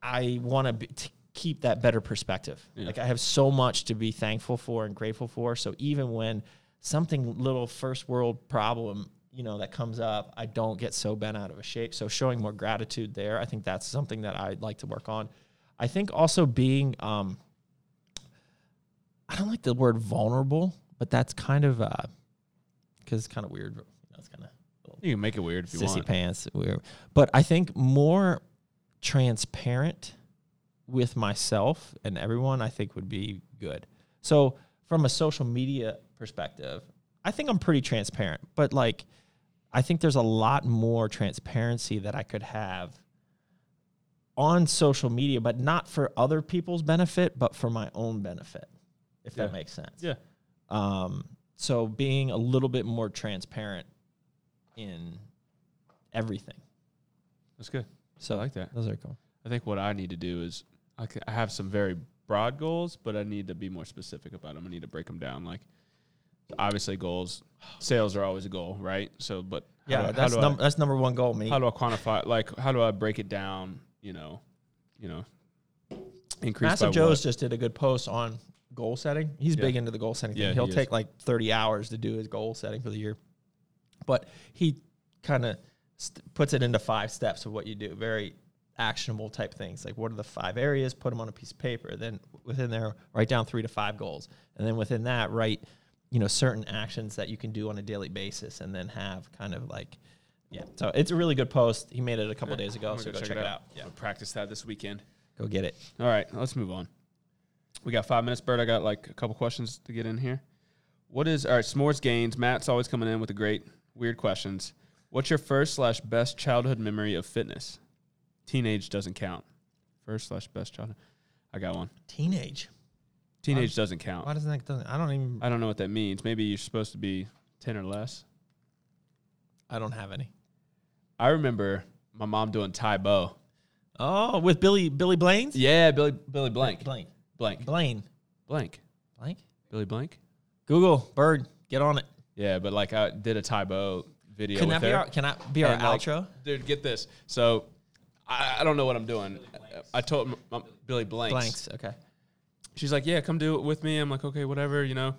[SPEAKER 3] I want to keep that better perspective. Like I have so much to be thankful for and grateful for. So even when something little first world problem, you know, that comes up, I don't get so bent out of a shape. So showing more gratitude there, I think that's something that I'd like to work on. I think also being um, I don't like the word vulnerable, but that's kind of because it's kind of weird. You know, it's kind of
[SPEAKER 4] you can make it weird if you
[SPEAKER 3] sissy
[SPEAKER 4] want.
[SPEAKER 3] pants. We're, but I think more transparent with myself and everyone, I think would be good. So from a social media perspective, I think I'm pretty transparent, but like, I think there's a lot more transparency that I could have on social media, but not for other people's benefit, but for my own benefit, if
[SPEAKER 4] Yeah.
[SPEAKER 3] that makes sense.
[SPEAKER 4] Yeah.
[SPEAKER 3] Um, so being a little bit more transparent in everything.
[SPEAKER 4] That's good.
[SPEAKER 3] So
[SPEAKER 4] I like that.
[SPEAKER 3] Those are cool.
[SPEAKER 4] I think what I need to do is I c- I have some very broad goals, but I need to be more specific about them. I need to break them down. Like, obviously, goals, sales are always a goal, right? So, but how do I-
[SPEAKER 3] Yeah,
[SPEAKER 4] how
[SPEAKER 3] that's
[SPEAKER 4] do I-
[SPEAKER 3] num- that's number one goal, me.
[SPEAKER 4] how do I quantify? Like, how do I break it down? You know, you know, increase by
[SPEAKER 3] Massive Joe's
[SPEAKER 4] what?
[SPEAKER 3] just did a good post on goal setting. He's big into the goal setting thing.
[SPEAKER 4] Yeah,
[SPEAKER 3] He'll
[SPEAKER 4] he is.
[SPEAKER 3] take like 30 hours to do his goal setting for the year. But he kind of st- puts it into five steps of what you do, very actionable type things. Like, what are the five areas? Put them on a piece of paper. Then within there, write down three to five goals. And then within that, write, you know, certain actions that you can do on a daily basis and then have kind of like Yeah. So it's a really good post. He made it a couple days ago.
[SPEAKER 4] I'm
[SPEAKER 3] So
[SPEAKER 4] gonna
[SPEAKER 3] go check, it out. Yeah.
[SPEAKER 4] I'll practice that this weekend.
[SPEAKER 3] Go get it.
[SPEAKER 4] All right, let's move on. We got five minutes, Bert. I got like a couple questions to get in here. What is all right? S'mores gains. Matt's always coming in with the great weird questions. What's your first slash best childhood memory of fitness? Teenage doesn't count. First slash best childhood. I got one.
[SPEAKER 3] Teenage.
[SPEAKER 4] Teenage doesn't count.
[SPEAKER 3] Why doesn't that? Doesn't, I don't even.
[SPEAKER 4] I don't know what that means. Maybe you're supposed to be ten or less.
[SPEAKER 3] I don't have any.
[SPEAKER 4] I remember my mom doing Tai Bo.
[SPEAKER 3] Oh, with Billy Billy Blaine's.
[SPEAKER 4] Yeah, Billy Billy Blank.
[SPEAKER 3] Blaine.
[SPEAKER 4] Blank.
[SPEAKER 3] Blaine.
[SPEAKER 4] Blank.
[SPEAKER 3] Blank.
[SPEAKER 4] Billy Blank.
[SPEAKER 3] Google Bird. Get on it.
[SPEAKER 4] Yeah, but like I did a Tai Bo video.
[SPEAKER 3] Can
[SPEAKER 4] with
[SPEAKER 3] that be
[SPEAKER 4] her.
[SPEAKER 3] our? Can I be our
[SPEAKER 4] And, like,
[SPEAKER 3] outro?
[SPEAKER 4] dude, get this. So I, I don't know what I'm doing. I told m- m- Billy Blanks.
[SPEAKER 3] Blanks. Okay.
[SPEAKER 4] She's like, yeah, come do it with me. I'm like, okay, whatever, you know.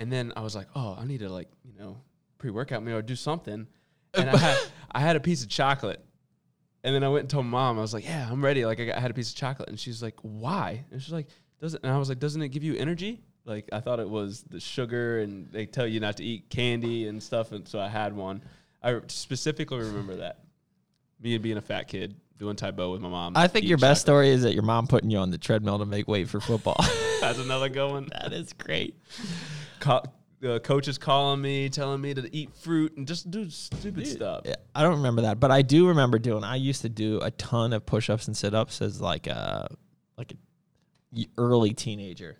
[SPEAKER 4] And then I was like, oh, I need to like, you know, pre-workout meal or do something. And
[SPEAKER 3] <laughs>
[SPEAKER 4] I had, I had a piece of chocolate. And then I went and told mom, I was like, yeah, I'm ready. Like I, got, I had a piece of chocolate. And she's like, why? And she's like, doesn't, and I was like, doesn't it give you energy? Like I thought it was the sugar and they tell you not to eat candy and stuff. And so I had one. I specifically remember that. Me and being a fat kid doing Tai Bo with my mom.
[SPEAKER 3] I think
[SPEAKER 4] eating
[SPEAKER 3] your best story is that your mom putting you on the treadmill to make weight for football.
[SPEAKER 4] chocolate. <laughs> That's another good one.
[SPEAKER 3] <laughs> that is great.
[SPEAKER 4] co- uh, coaches calling me, telling me to eat fruit and just do stupid stuff.
[SPEAKER 3] Yeah, I don't remember that, but I do remember doing. I used to do a ton of push-ups and sit-ups as like a like a y- early teenager.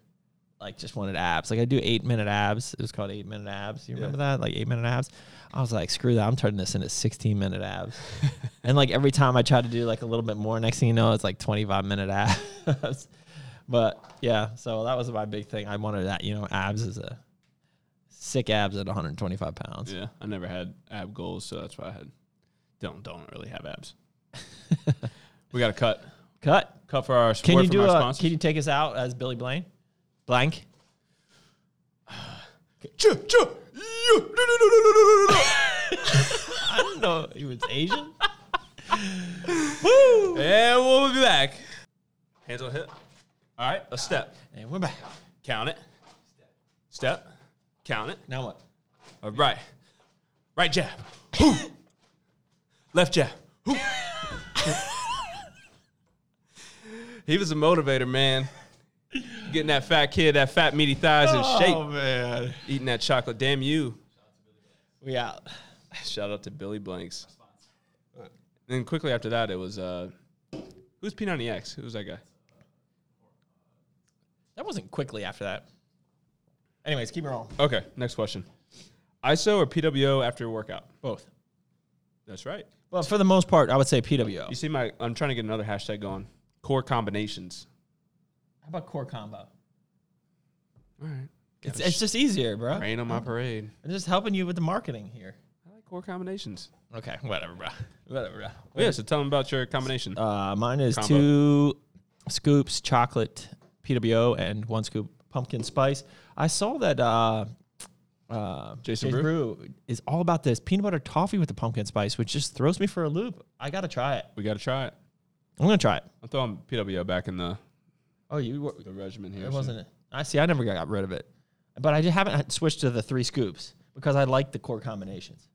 [SPEAKER 3] Like just wanted abs. Like I do eight minute abs. It was called eight minute abs. You remember that? Like eight minute abs. I was like, screw that. I'm turning this into sixteen minute abs. <laughs> and like every time I tried to do like a little bit more, next thing you know, it's like twenty five minute abs. <laughs> but yeah, so that was my big thing. I wanted that. You know, abs is a sick abs at 125 pounds.
[SPEAKER 4] Yeah, I never had ab goals, so that's why I had don't don't really have abs.
[SPEAKER 3] <laughs>
[SPEAKER 4] we got to cut
[SPEAKER 3] Cut.
[SPEAKER 4] cut for our
[SPEAKER 3] Can
[SPEAKER 4] word
[SPEAKER 3] you
[SPEAKER 4] from
[SPEAKER 3] do
[SPEAKER 4] our
[SPEAKER 3] a,
[SPEAKER 4] sponsors.
[SPEAKER 3] Can you take us out as Billy Blaine? Blank. <laughs> <laughs> I didn't know he was <laughs> Asian. Woo!
[SPEAKER 4] and we'll be back. Hands on hip. All right, a step.
[SPEAKER 3] And we're back.
[SPEAKER 4] Count it. Step. Count it.
[SPEAKER 3] Now what?
[SPEAKER 4] All Uh, right. Right jab. Whoo. Left jab. Whoo. he was a motivator, man. Getting that fat kid, that fat meaty thighs in shape,
[SPEAKER 3] Oh, man,
[SPEAKER 4] eating that chocolate. Damn you.
[SPEAKER 3] we out.
[SPEAKER 4] Shout out to Billy Blanks. Then quickly after that, it was uh, who's P90X? Who was that guy?
[SPEAKER 3] That wasn't quickly after that. Anyways, keep it rolling.
[SPEAKER 4] Okay, next question. ISO or PWO after a workout?
[SPEAKER 3] Both.
[SPEAKER 4] That's right.
[SPEAKER 3] Well, for the most part, I would say PWO.
[SPEAKER 4] You see my? I'm trying to get another hashtag going. Core combinations.
[SPEAKER 3] How about core combo?
[SPEAKER 4] All right.
[SPEAKER 3] It's, it's just easier, bro.
[SPEAKER 4] Rain on my parade.
[SPEAKER 3] I'm just helping you with the marketing here.
[SPEAKER 4] I like core combinations.
[SPEAKER 3] Okay, whatever, bro. Whatever, bro.
[SPEAKER 4] Oh, yeah, so tell them about your combination.
[SPEAKER 3] Uh, mine is
[SPEAKER 4] Combo.
[SPEAKER 3] two scoops chocolate PWO and one scoop pumpkin spice. I saw that uh, uh, Jason
[SPEAKER 4] Jason Brew?
[SPEAKER 3] Brew is all about this peanut butter toffee with the pumpkin spice, which just throws me for a loop. I gotta try it.
[SPEAKER 4] we got to try it.
[SPEAKER 3] I'm gonna try it.
[SPEAKER 4] I'm throwing PWO back in the,
[SPEAKER 3] Oh, you were,
[SPEAKER 4] the regimen here.
[SPEAKER 3] it
[SPEAKER 4] so-
[SPEAKER 3] wasn't it? I see. I never got rid of it, but I just haven't switched to the three scoops because I like the core combinations.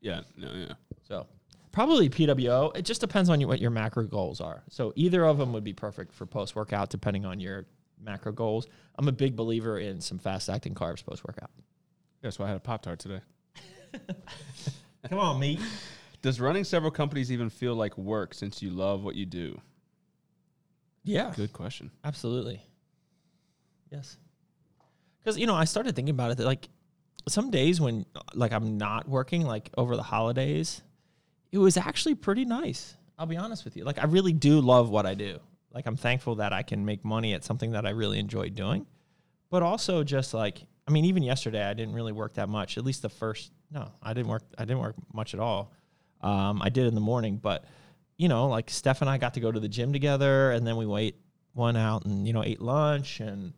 [SPEAKER 4] Yeah, no, yeah.
[SPEAKER 3] So probably PWO. It just depends on your, what your macro goals are. So either of them would be perfect for post workout, depending on your macro goals. I'm a big believer in some fast acting carbs post workout.
[SPEAKER 4] Yeah, so I had a Pop Tart today.
[SPEAKER 3] Come on, me.
[SPEAKER 4] Does running several companies even feel like work since you love what you do?
[SPEAKER 3] Yeah,
[SPEAKER 4] Good question.
[SPEAKER 3] absolutely. Yes, because you know I started thinking about it that like some days when like I'm not working, like over the holidays, it was actually pretty nice. I'll be honest with you. Like I really do love what I do. Like I'm thankful that I can make money at something that I really enjoy doing. But also just like I mean even yesterday I didn't really work that much. At least the first no, I didn't work I didn't work much at all. Um, I did in the morning, but you know, like Steph and I got to go to the gym together and then we wait one out and you know ate lunch and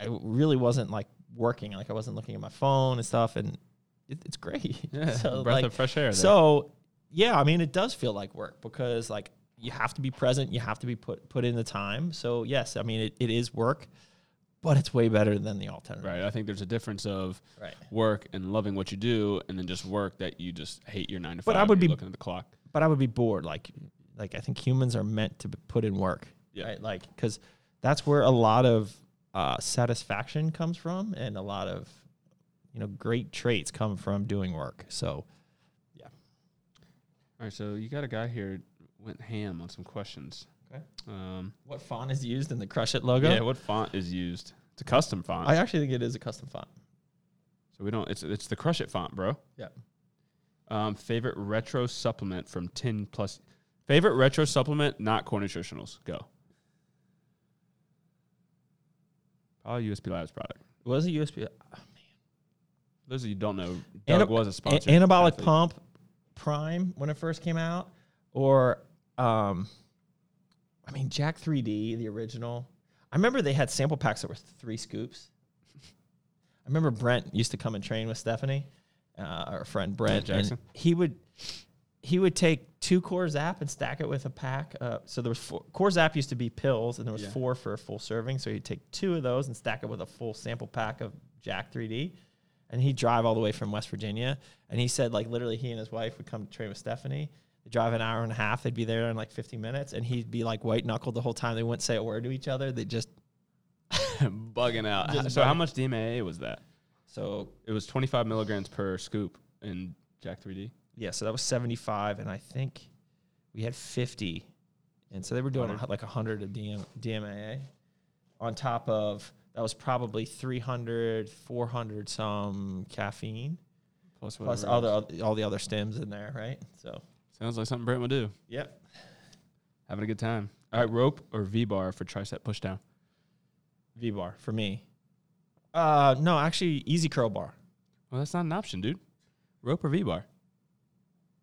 [SPEAKER 3] I really wasn't like working. Like I wasn't looking at my phone and stuff and it, it's great. <laughs>
[SPEAKER 4] Yeah, breath of fresh air there.
[SPEAKER 3] So yeah, I mean, it does feel like work because like you have to be present, you have to be put put in the time. So yes, I mean, it, it is work, but it's way better than the alternative.
[SPEAKER 4] Right. I think there's a difference of
[SPEAKER 3] Right.
[SPEAKER 4] work and loving what you do, and then just work that you just hate your nine to five.
[SPEAKER 3] I would
[SPEAKER 4] and you're
[SPEAKER 3] be-
[SPEAKER 4] looking at the clock.
[SPEAKER 3] But I would be bored. Like, like I think humans are meant to b- put in work.
[SPEAKER 4] Yeah.
[SPEAKER 3] Right. Like, because that's where a lot of uh, satisfaction comes from, and a lot of you know great traits come from doing work. So
[SPEAKER 4] All right, so you got a guy here went ham on some questions.
[SPEAKER 3] Okay.
[SPEAKER 4] Um,
[SPEAKER 3] what font is used in the Crush It logo?
[SPEAKER 4] yeah, what font is used? It's a custom font,
[SPEAKER 3] I actually think it is a custom font.
[SPEAKER 4] so we don't. It's it's the Crush It font, bro.
[SPEAKER 3] Yeah.
[SPEAKER 4] Um, favorite retro supplement from ten plus. Favorite retro supplement, not core nutritionals. Go. Probably USP Labs product.
[SPEAKER 3] Was it USB?
[SPEAKER 4] Those of you who don't know, Doug
[SPEAKER 3] Ana-
[SPEAKER 4] was a
[SPEAKER 3] a-
[SPEAKER 4] sponsor.
[SPEAKER 3] anabolic
[SPEAKER 4] athlete.
[SPEAKER 3] pump prime when it first came out or um i mean jack 3d the original i remember they had sample packs that were three scoops i remember brent used to come and train with stephanie uh, our friend brent and
[SPEAKER 4] Jackson.
[SPEAKER 3] he would he would take two core zap and stack it with a pack uh, so there was four core zap used to be pills and there was
[SPEAKER 4] Yeah.
[SPEAKER 3] four for a full serving so he'd take two of those and stack it with a full sample pack of jack 3d and he'd drive all the way from West Virginia. And he said, like, literally, he and his wife would come to train with Stephanie. They'd drive an hour and a half. They'd be there in like 50 minutes. And he'd be like white knuckled the whole time. They wouldn't say a word to each other. They just,
[SPEAKER 4] <laughs> bugging out. so how much DMAA was that?
[SPEAKER 3] so,
[SPEAKER 4] It was 25 milligrams per scoop in Jack 3D.
[SPEAKER 3] yeah, so that was 75. And I think we had 50. And so they were doing like 100 of DM, DMAA on top of that was probably 300, 400 some caffeine
[SPEAKER 4] Plus,
[SPEAKER 3] plus
[SPEAKER 4] whatever
[SPEAKER 3] all
[SPEAKER 4] else.
[SPEAKER 3] the, all the other stems in there, right? So,
[SPEAKER 4] Sounds like something Brent would do.
[SPEAKER 3] yep.
[SPEAKER 4] Having a good time. All right, rope or V bar for tricep pushdown.
[SPEAKER 3] V bar for me. Uh, no, actually, easy curl bar.
[SPEAKER 4] Well, that's not an option, dude. Rope or V bar.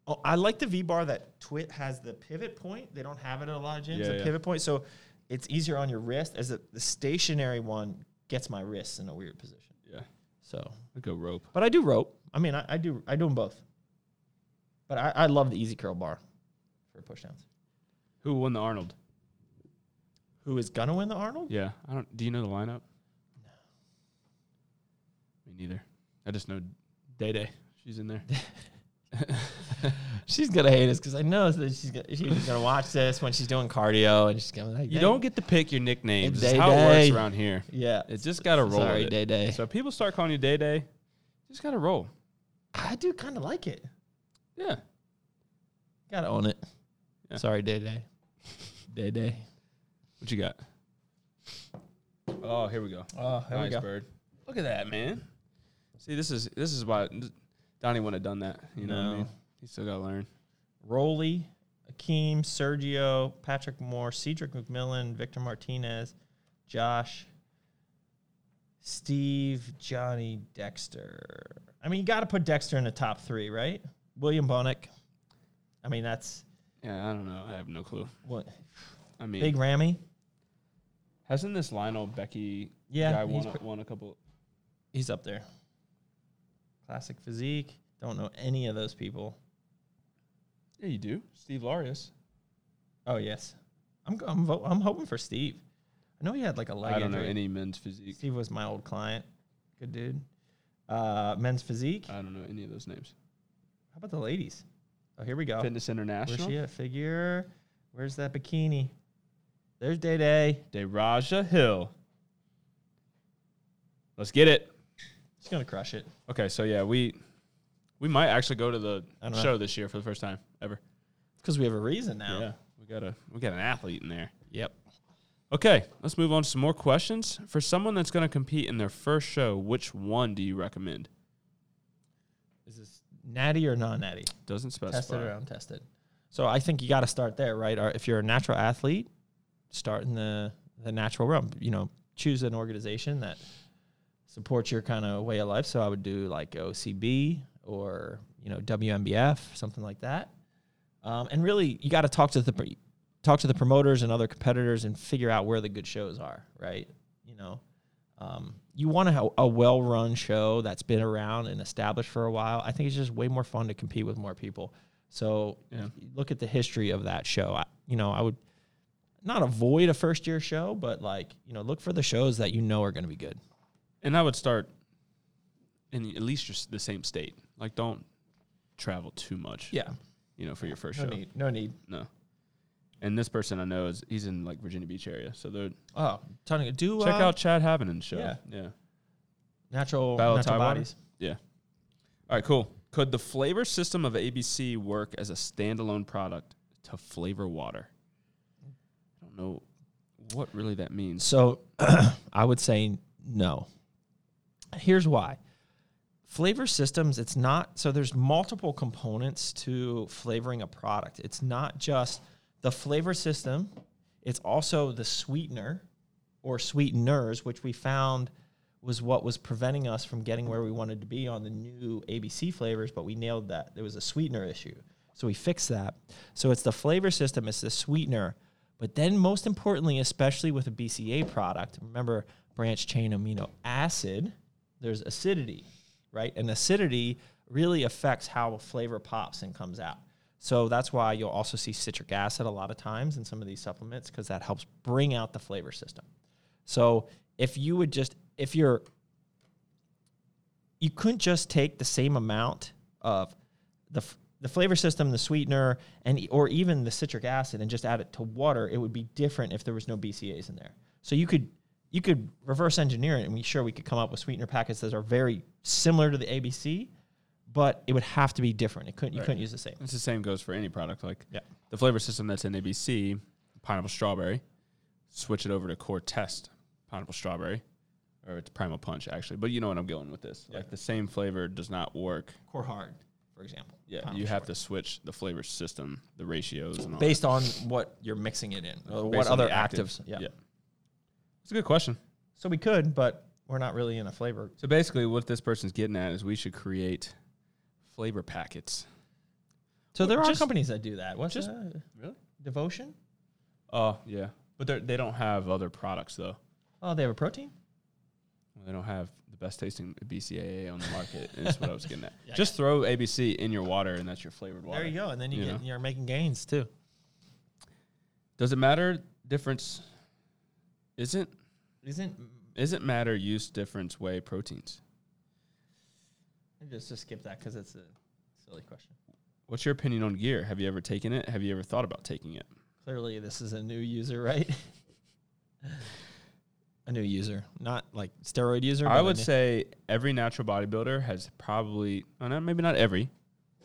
[SPEAKER 3] Oh, I like the V bar that Twit has the pivot point. They don't have it at a lot of gyms.
[SPEAKER 4] Yeah,
[SPEAKER 3] the
[SPEAKER 4] yeah.
[SPEAKER 3] pivot point, so it's easier on your wrist. As a, the stationary one gets my wrists in a weird position.
[SPEAKER 4] Yeah,
[SPEAKER 3] So,
[SPEAKER 4] I'd go rope.
[SPEAKER 3] but I do rope. I mean, I, I do I do them both. But I, I love the easy curl bar for pushdowns.
[SPEAKER 4] Who won the Arnold?
[SPEAKER 3] Who is gonna win the Arnold?
[SPEAKER 4] Yeah, I don't. Do you know the lineup? No. Me neither. I just know Day Day. She's in there.
[SPEAKER 3] She's gonna hate us because I know that she's gonna, she's gonna <laughs> watch this when she's doing cardio and she's gonna. Like,
[SPEAKER 4] you don't get to pick your nicknames.
[SPEAKER 3] Day
[SPEAKER 4] That's how it
[SPEAKER 3] Day.
[SPEAKER 4] works around here.
[SPEAKER 3] Yeah,
[SPEAKER 4] It's just got to roll.
[SPEAKER 3] Sorry,
[SPEAKER 4] with it.
[SPEAKER 3] Day Day.
[SPEAKER 4] So people start calling you Day Day. Just got to roll.
[SPEAKER 3] I do kind of like it.
[SPEAKER 4] Yeah.
[SPEAKER 3] Gotta own it.
[SPEAKER 4] Yeah.
[SPEAKER 3] Sorry, Day Day. Day Day.
[SPEAKER 4] What you got? Oh, here we go.
[SPEAKER 3] Oh, here
[SPEAKER 4] nice bird. Look at that, man. See, this is this is why Donnie wouldn't have done that. You know what I
[SPEAKER 3] No.
[SPEAKER 4] mean? He still got to learn.
[SPEAKER 3] Rolly, Akeem, Sergio, Patrick Moore, Cedric McMillan, Victor Martinez, Josh, Steve, Johnny, Dexter. I mean, you got to put Dexter in the top three, right? William Bonick. I mean, that's
[SPEAKER 4] Yeah, I don't know. I have no clue.
[SPEAKER 3] what
[SPEAKER 4] I mean,
[SPEAKER 3] Big Rammy.
[SPEAKER 4] hasn't this Lionel Becky
[SPEAKER 3] Yeah,
[SPEAKER 4] guy
[SPEAKER 3] he's
[SPEAKER 4] won, a-
[SPEAKER 3] pr-
[SPEAKER 4] won a couple?
[SPEAKER 3] He's up there. Classic physique. Don't know any of those people.
[SPEAKER 4] Yeah, you do. Steve Larius.
[SPEAKER 3] Oh yes, I'm go- I'm vo- I'm hoping for Steve. I know he had like a leg
[SPEAKER 4] I don't know
[SPEAKER 3] injury.
[SPEAKER 4] any men's physique.
[SPEAKER 3] Steve was my old client, good dude. Uh, men's physique.
[SPEAKER 4] I don't know any of those names.
[SPEAKER 3] How about the ladies? Oh, here we go.
[SPEAKER 4] Fitness
[SPEAKER 3] Where's
[SPEAKER 4] International.
[SPEAKER 3] she at? Figure. Where's that bikini? There's Day Day.
[SPEAKER 4] Deraja Hill. Let's get it.
[SPEAKER 3] She's gonna crush it.
[SPEAKER 4] Okay, so yeah, we we might actually go to the
[SPEAKER 3] I don't know.
[SPEAKER 4] show this year for the first time ever.
[SPEAKER 3] It's because we have a reason now.
[SPEAKER 4] Yeah, we got a we got an athlete in there.
[SPEAKER 3] Yep.
[SPEAKER 4] Okay, let's move on to some more questions. For someone that's going to compete in their first show, which one do you recommend?
[SPEAKER 3] Is this natty or non-natty?
[SPEAKER 4] Doesn't
[SPEAKER 3] Tested
[SPEAKER 4] specify.
[SPEAKER 3] or untested. So I think you got to start there, right? Or if you're a natural athlete, start in the the natural realm. You know, choose an organization that supports your kind of way of life. So I would do like OCB or you know WMBF, something like that. Um, and really, you got to talk to the pr- talk to the promoters and other competitors and figure out where the good shows are, right? You know, um, you want to have a well run show that's been around and established for a while. I think it's just way more fun to compete with more people. So
[SPEAKER 4] Yeah.
[SPEAKER 3] look at the history of that show. I, you know, I would not avoid a first year show, but like, you know, look for the shows that you know are going to be good.
[SPEAKER 4] And I would start in the- at least just the same state. Like, don't travel too much.
[SPEAKER 3] Yeah.
[SPEAKER 4] You know, for your first
[SPEAKER 3] No
[SPEAKER 4] show.
[SPEAKER 3] need. No need.
[SPEAKER 4] No. And this person I know is he's in like Virginia Beach area, so they're
[SPEAKER 3] Oh, ton of, do
[SPEAKER 4] check
[SPEAKER 3] uh,
[SPEAKER 4] out Chad Haviland's show.
[SPEAKER 3] yeah.
[SPEAKER 4] yeah.
[SPEAKER 3] natural,
[SPEAKER 4] Battle of
[SPEAKER 3] natural
[SPEAKER 4] Tidewater?
[SPEAKER 3] bodies.
[SPEAKER 4] Yeah. All right, cool. Could the flavor system of ABC work as a standalone product to flavor water? I don't know what really that means.
[SPEAKER 3] So <clears throat> I would say no. Here's why. Flavor systems, it's not so there's multiple components to flavoring a product. It's not just the flavor system, it's also the sweetener or sweeteners, which we found was what was preventing us from getting where we wanted to be on the new ABC flavors, but we nailed that. There was a sweetener issue. So we fixed that. So it's the flavor system, it's the sweetener. But then, most importantly, especially with a BCA product, remember branch chain amino acid, there's acidity, right? And acidity really affects how a flavor pops and comes out. So that's why you'll also see citric acid a lot of times in some of these supplements because that helps bring out the flavor system. So if you would just, if you're, you couldn't just take the same amount of the, f- the flavor system, the sweetener, and e- or even the citric acid, and just add it to water. It would be different if there was no BCAAs in there. So you could you could reverse engineer it, and we sure we could come up with sweetener packets that are very similar to the ABC, but it would have to be different. It couldn't you couldn't use the same.
[SPEAKER 4] It's the same goes for any product. Like
[SPEAKER 3] Yeah.
[SPEAKER 4] the flavor system that's in ABC, pineapple strawberry, switch it over to core test, pineapple strawberry, or it's primal punch actually. But you know what I'm going with this. Like the same flavor does not work.
[SPEAKER 3] Core hard, for example.
[SPEAKER 4] Yeah,
[SPEAKER 3] Pineapple
[SPEAKER 4] you have
[SPEAKER 3] short.
[SPEAKER 4] to switch the flavor system, the ratios, and all that.
[SPEAKER 3] based on what you're mixing it in, or
[SPEAKER 4] Based
[SPEAKER 3] what
[SPEAKER 4] on the
[SPEAKER 3] other
[SPEAKER 4] active.
[SPEAKER 3] actives. Yeah.
[SPEAKER 4] It's a good question.
[SPEAKER 3] So we could, but we're not really in a flavor.
[SPEAKER 4] So basically, what this person's getting at is we should create flavor packets.
[SPEAKER 3] So there are
[SPEAKER 4] Just-
[SPEAKER 3] companies that do that. What's
[SPEAKER 4] just-
[SPEAKER 3] that?
[SPEAKER 4] Really?
[SPEAKER 3] Devotion?
[SPEAKER 4] Oh, yeah. But they're- they don't have other products, though.
[SPEAKER 3] Oh, they have a protein.
[SPEAKER 4] They don't have the best tasting BCAA on the market. is what I was
[SPEAKER 3] <laughs>
[SPEAKER 4] getting at. Just throw ABC in your water, and that's your flavored water.
[SPEAKER 3] There you go, and then you
[SPEAKER 4] You
[SPEAKER 3] get,
[SPEAKER 4] know?
[SPEAKER 3] you're making gains too.
[SPEAKER 4] Does it matter difference? Isn't
[SPEAKER 3] Isn't
[SPEAKER 4] isn't matter use difference whey proteins?
[SPEAKER 3] just just skip that because it's a silly question.
[SPEAKER 4] What's your opinion on gear? Have you ever taken it? Have you ever thought about taking it?
[SPEAKER 3] Clearly, this is a new user, right? <laughs> a new user, not like steroid user. but
[SPEAKER 4] I
[SPEAKER 3] a
[SPEAKER 4] would
[SPEAKER 3] new-
[SPEAKER 4] say every natural bodybuilder has probably, oh, no, maybe not every,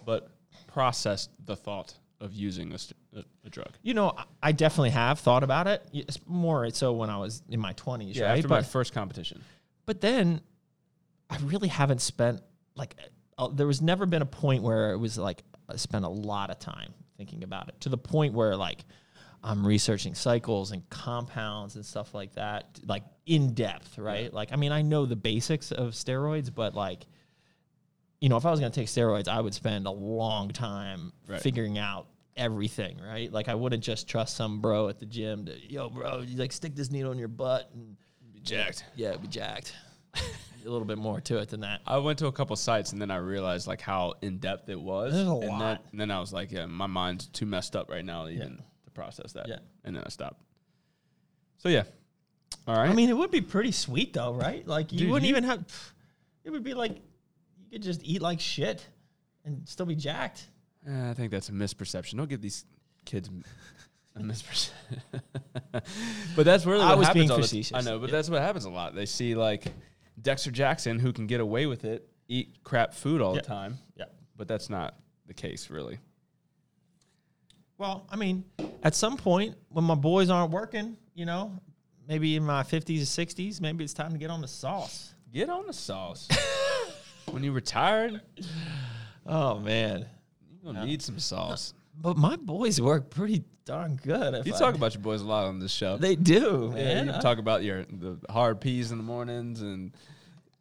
[SPEAKER 4] but processed the thought of using a, st- a, a drug.
[SPEAKER 3] you know, I- I definitely have thought about it. It's more so when I was in my twenties,
[SPEAKER 4] Yeah,
[SPEAKER 3] right?
[SPEAKER 4] after my
[SPEAKER 3] but
[SPEAKER 4] first competition.
[SPEAKER 3] but then I really haven't spent like uh, there was never been a point where it was like I spent a lot of time thinking about it to the point where like I'm researching cycles and compounds and stuff like that, like in depth, right? Like I mean, I know the basics of steroids, but like you know, if I was going to take steroids, I would spend a long time
[SPEAKER 4] Right.
[SPEAKER 3] figuring out everything, right? Like I wouldn't just trust some bro at the gym to, yo, bro, you like stick this needle in your butt and
[SPEAKER 4] Be jacked.
[SPEAKER 3] yeah, it'd be jacked. a little bit more to it than that.
[SPEAKER 4] I went to a couple sites and then I realized like how in depth it was.
[SPEAKER 3] There's a
[SPEAKER 4] and, Then,
[SPEAKER 3] lot.
[SPEAKER 4] and then I was like, yeah, my mind's too messed up right now even to process that.
[SPEAKER 3] Yeah.
[SPEAKER 4] And then I stopped. So yeah. All right.
[SPEAKER 3] I mean, it would be pretty sweet though, right? Like you
[SPEAKER 4] Dude,
[SPEAKER 3] wouldn't
[SPEAKER 4] you-
[SPEAKER 3] even have. pff, It would be like you could just eat like shit and still be jacked.
[SPEAKER 4] Eh, I think that's a misperception. Don't give these kids m- a misperception. <laughs> but that's really
[SPEAKER 3] I
[SPEAKER 4] what
[SPEAKER 3] was
[SPEAKER 4] happens.
[SPEAKER 3] being
[SPEAKER 4] all the-
[SPEAKER 3] facetious.
[SPEAKER 4] I know, but
[SPEAKER 3] Yeah.
[SPEAKER 4] that's what happens a lot. They see like Dexter Jackson, who can get away with it, eat crap food all
[SPEAKER 3] Yeah.
[SPEAKER 4] the time.
[SPEAKER 3] Yeah.
[SPEAKER 4] But that's not the case, really.
[SPEAKER 3] Well, I mean, at some point when my boys aren't working, you know, maybe in my fifties or sixties, maybe it's time to get on the sauce.
[SPEAKER 4] Get on the sauce. <laughs> when you retired, you're
[SPEAKER 3] Oh man,
[SPEAKER 4] gonna need
[SPEAKER 3] <laughs>
[SPEAKER 4] some sauce.
[SPEAKER 3] but my boys work pretty darn good. If
[SPEAKER 4] You
[SPEAKER 3] I-
[SPEAKER 4] talk about your boys a lot on this show.
[SPEAKER 3] <laughs> they do,
[SPEAKER 4] yeah,
[SPEAKER 3] man.
[SPEAKER 4] you talk about your the hard peas in the mornings and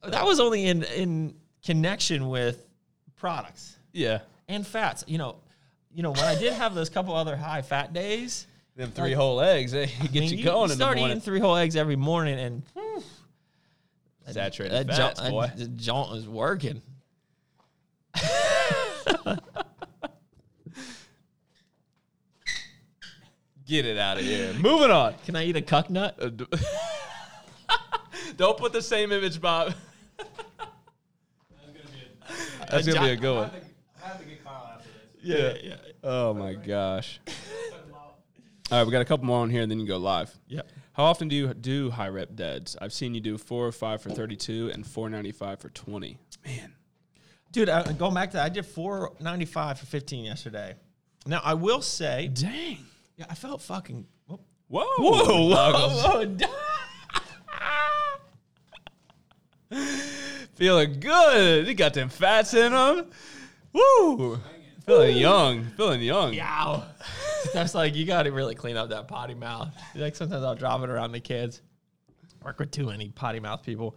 [SPEAKER 3] that was only in in connection with products.
[SPEAKER 4] yeah,
[SPEAKER 3] and fats. You know, you know when I did have those couple other high fat days,
[SPEAKER 4] them three whole eggs. They <laughs> get
[SPEAKER 3] I mean,
[SPEAKER 4] you going in the
[SPEAKER 3] start
[SPEAKER 4] morning.
[SPEAKER 3] eating three whole eggs every morning, and that
[SPEAKER 4] Saturated fats,
[SPEAKER 3] joint,
[SPEAKER 4] boy.
[SPEAKER 3] that j- joint is working.
[SPEAKER 4] Get it out of here. <laughs> Moving on.
[SPEAKER 3] Can I eat a cuck nut?
[SPEAKER 4] Uh, d- Don't put the same image, Bob. <laughs> That's gonna be a good one.
[SPEAKER 5] I have to get Kyle after this.
[SPEAKER 4] Yeah, yeah. Oh my gosh. All right, we got a couple more on here, and then you go live.
[SPEAKER 3] Yep.
[SPEAKER 4] How often do you do high rep deads? I've seen you do four or five for thirty-two and four ninety-five for twenty. Man,
[SPEAKER 3] Dude, I, going back to that, I did 495 for 15 yesterday. Now, I will say,
[SPEAKER 4] dang.
[SPEAKER 3] yeah, I felt fucking. Whoa,
[SPEAKER 4] Whoa,
[SPEAKER 3] whoa,
[SPEAKER 4] Douglas.
[SPEAKER 3] <laughs>
[SPEAKER 4] <laughs>
[SPEAKER 3] whoa.
[SPEAKER 4] feeling good. You got them fats in them. Woo, feeling young, feeling young.
[SPEAKER 3] Yow. That's like, you got to really clean up that potty mouth. Like, sometimes I'll drop it around the kids. Work with too many potty mouth people.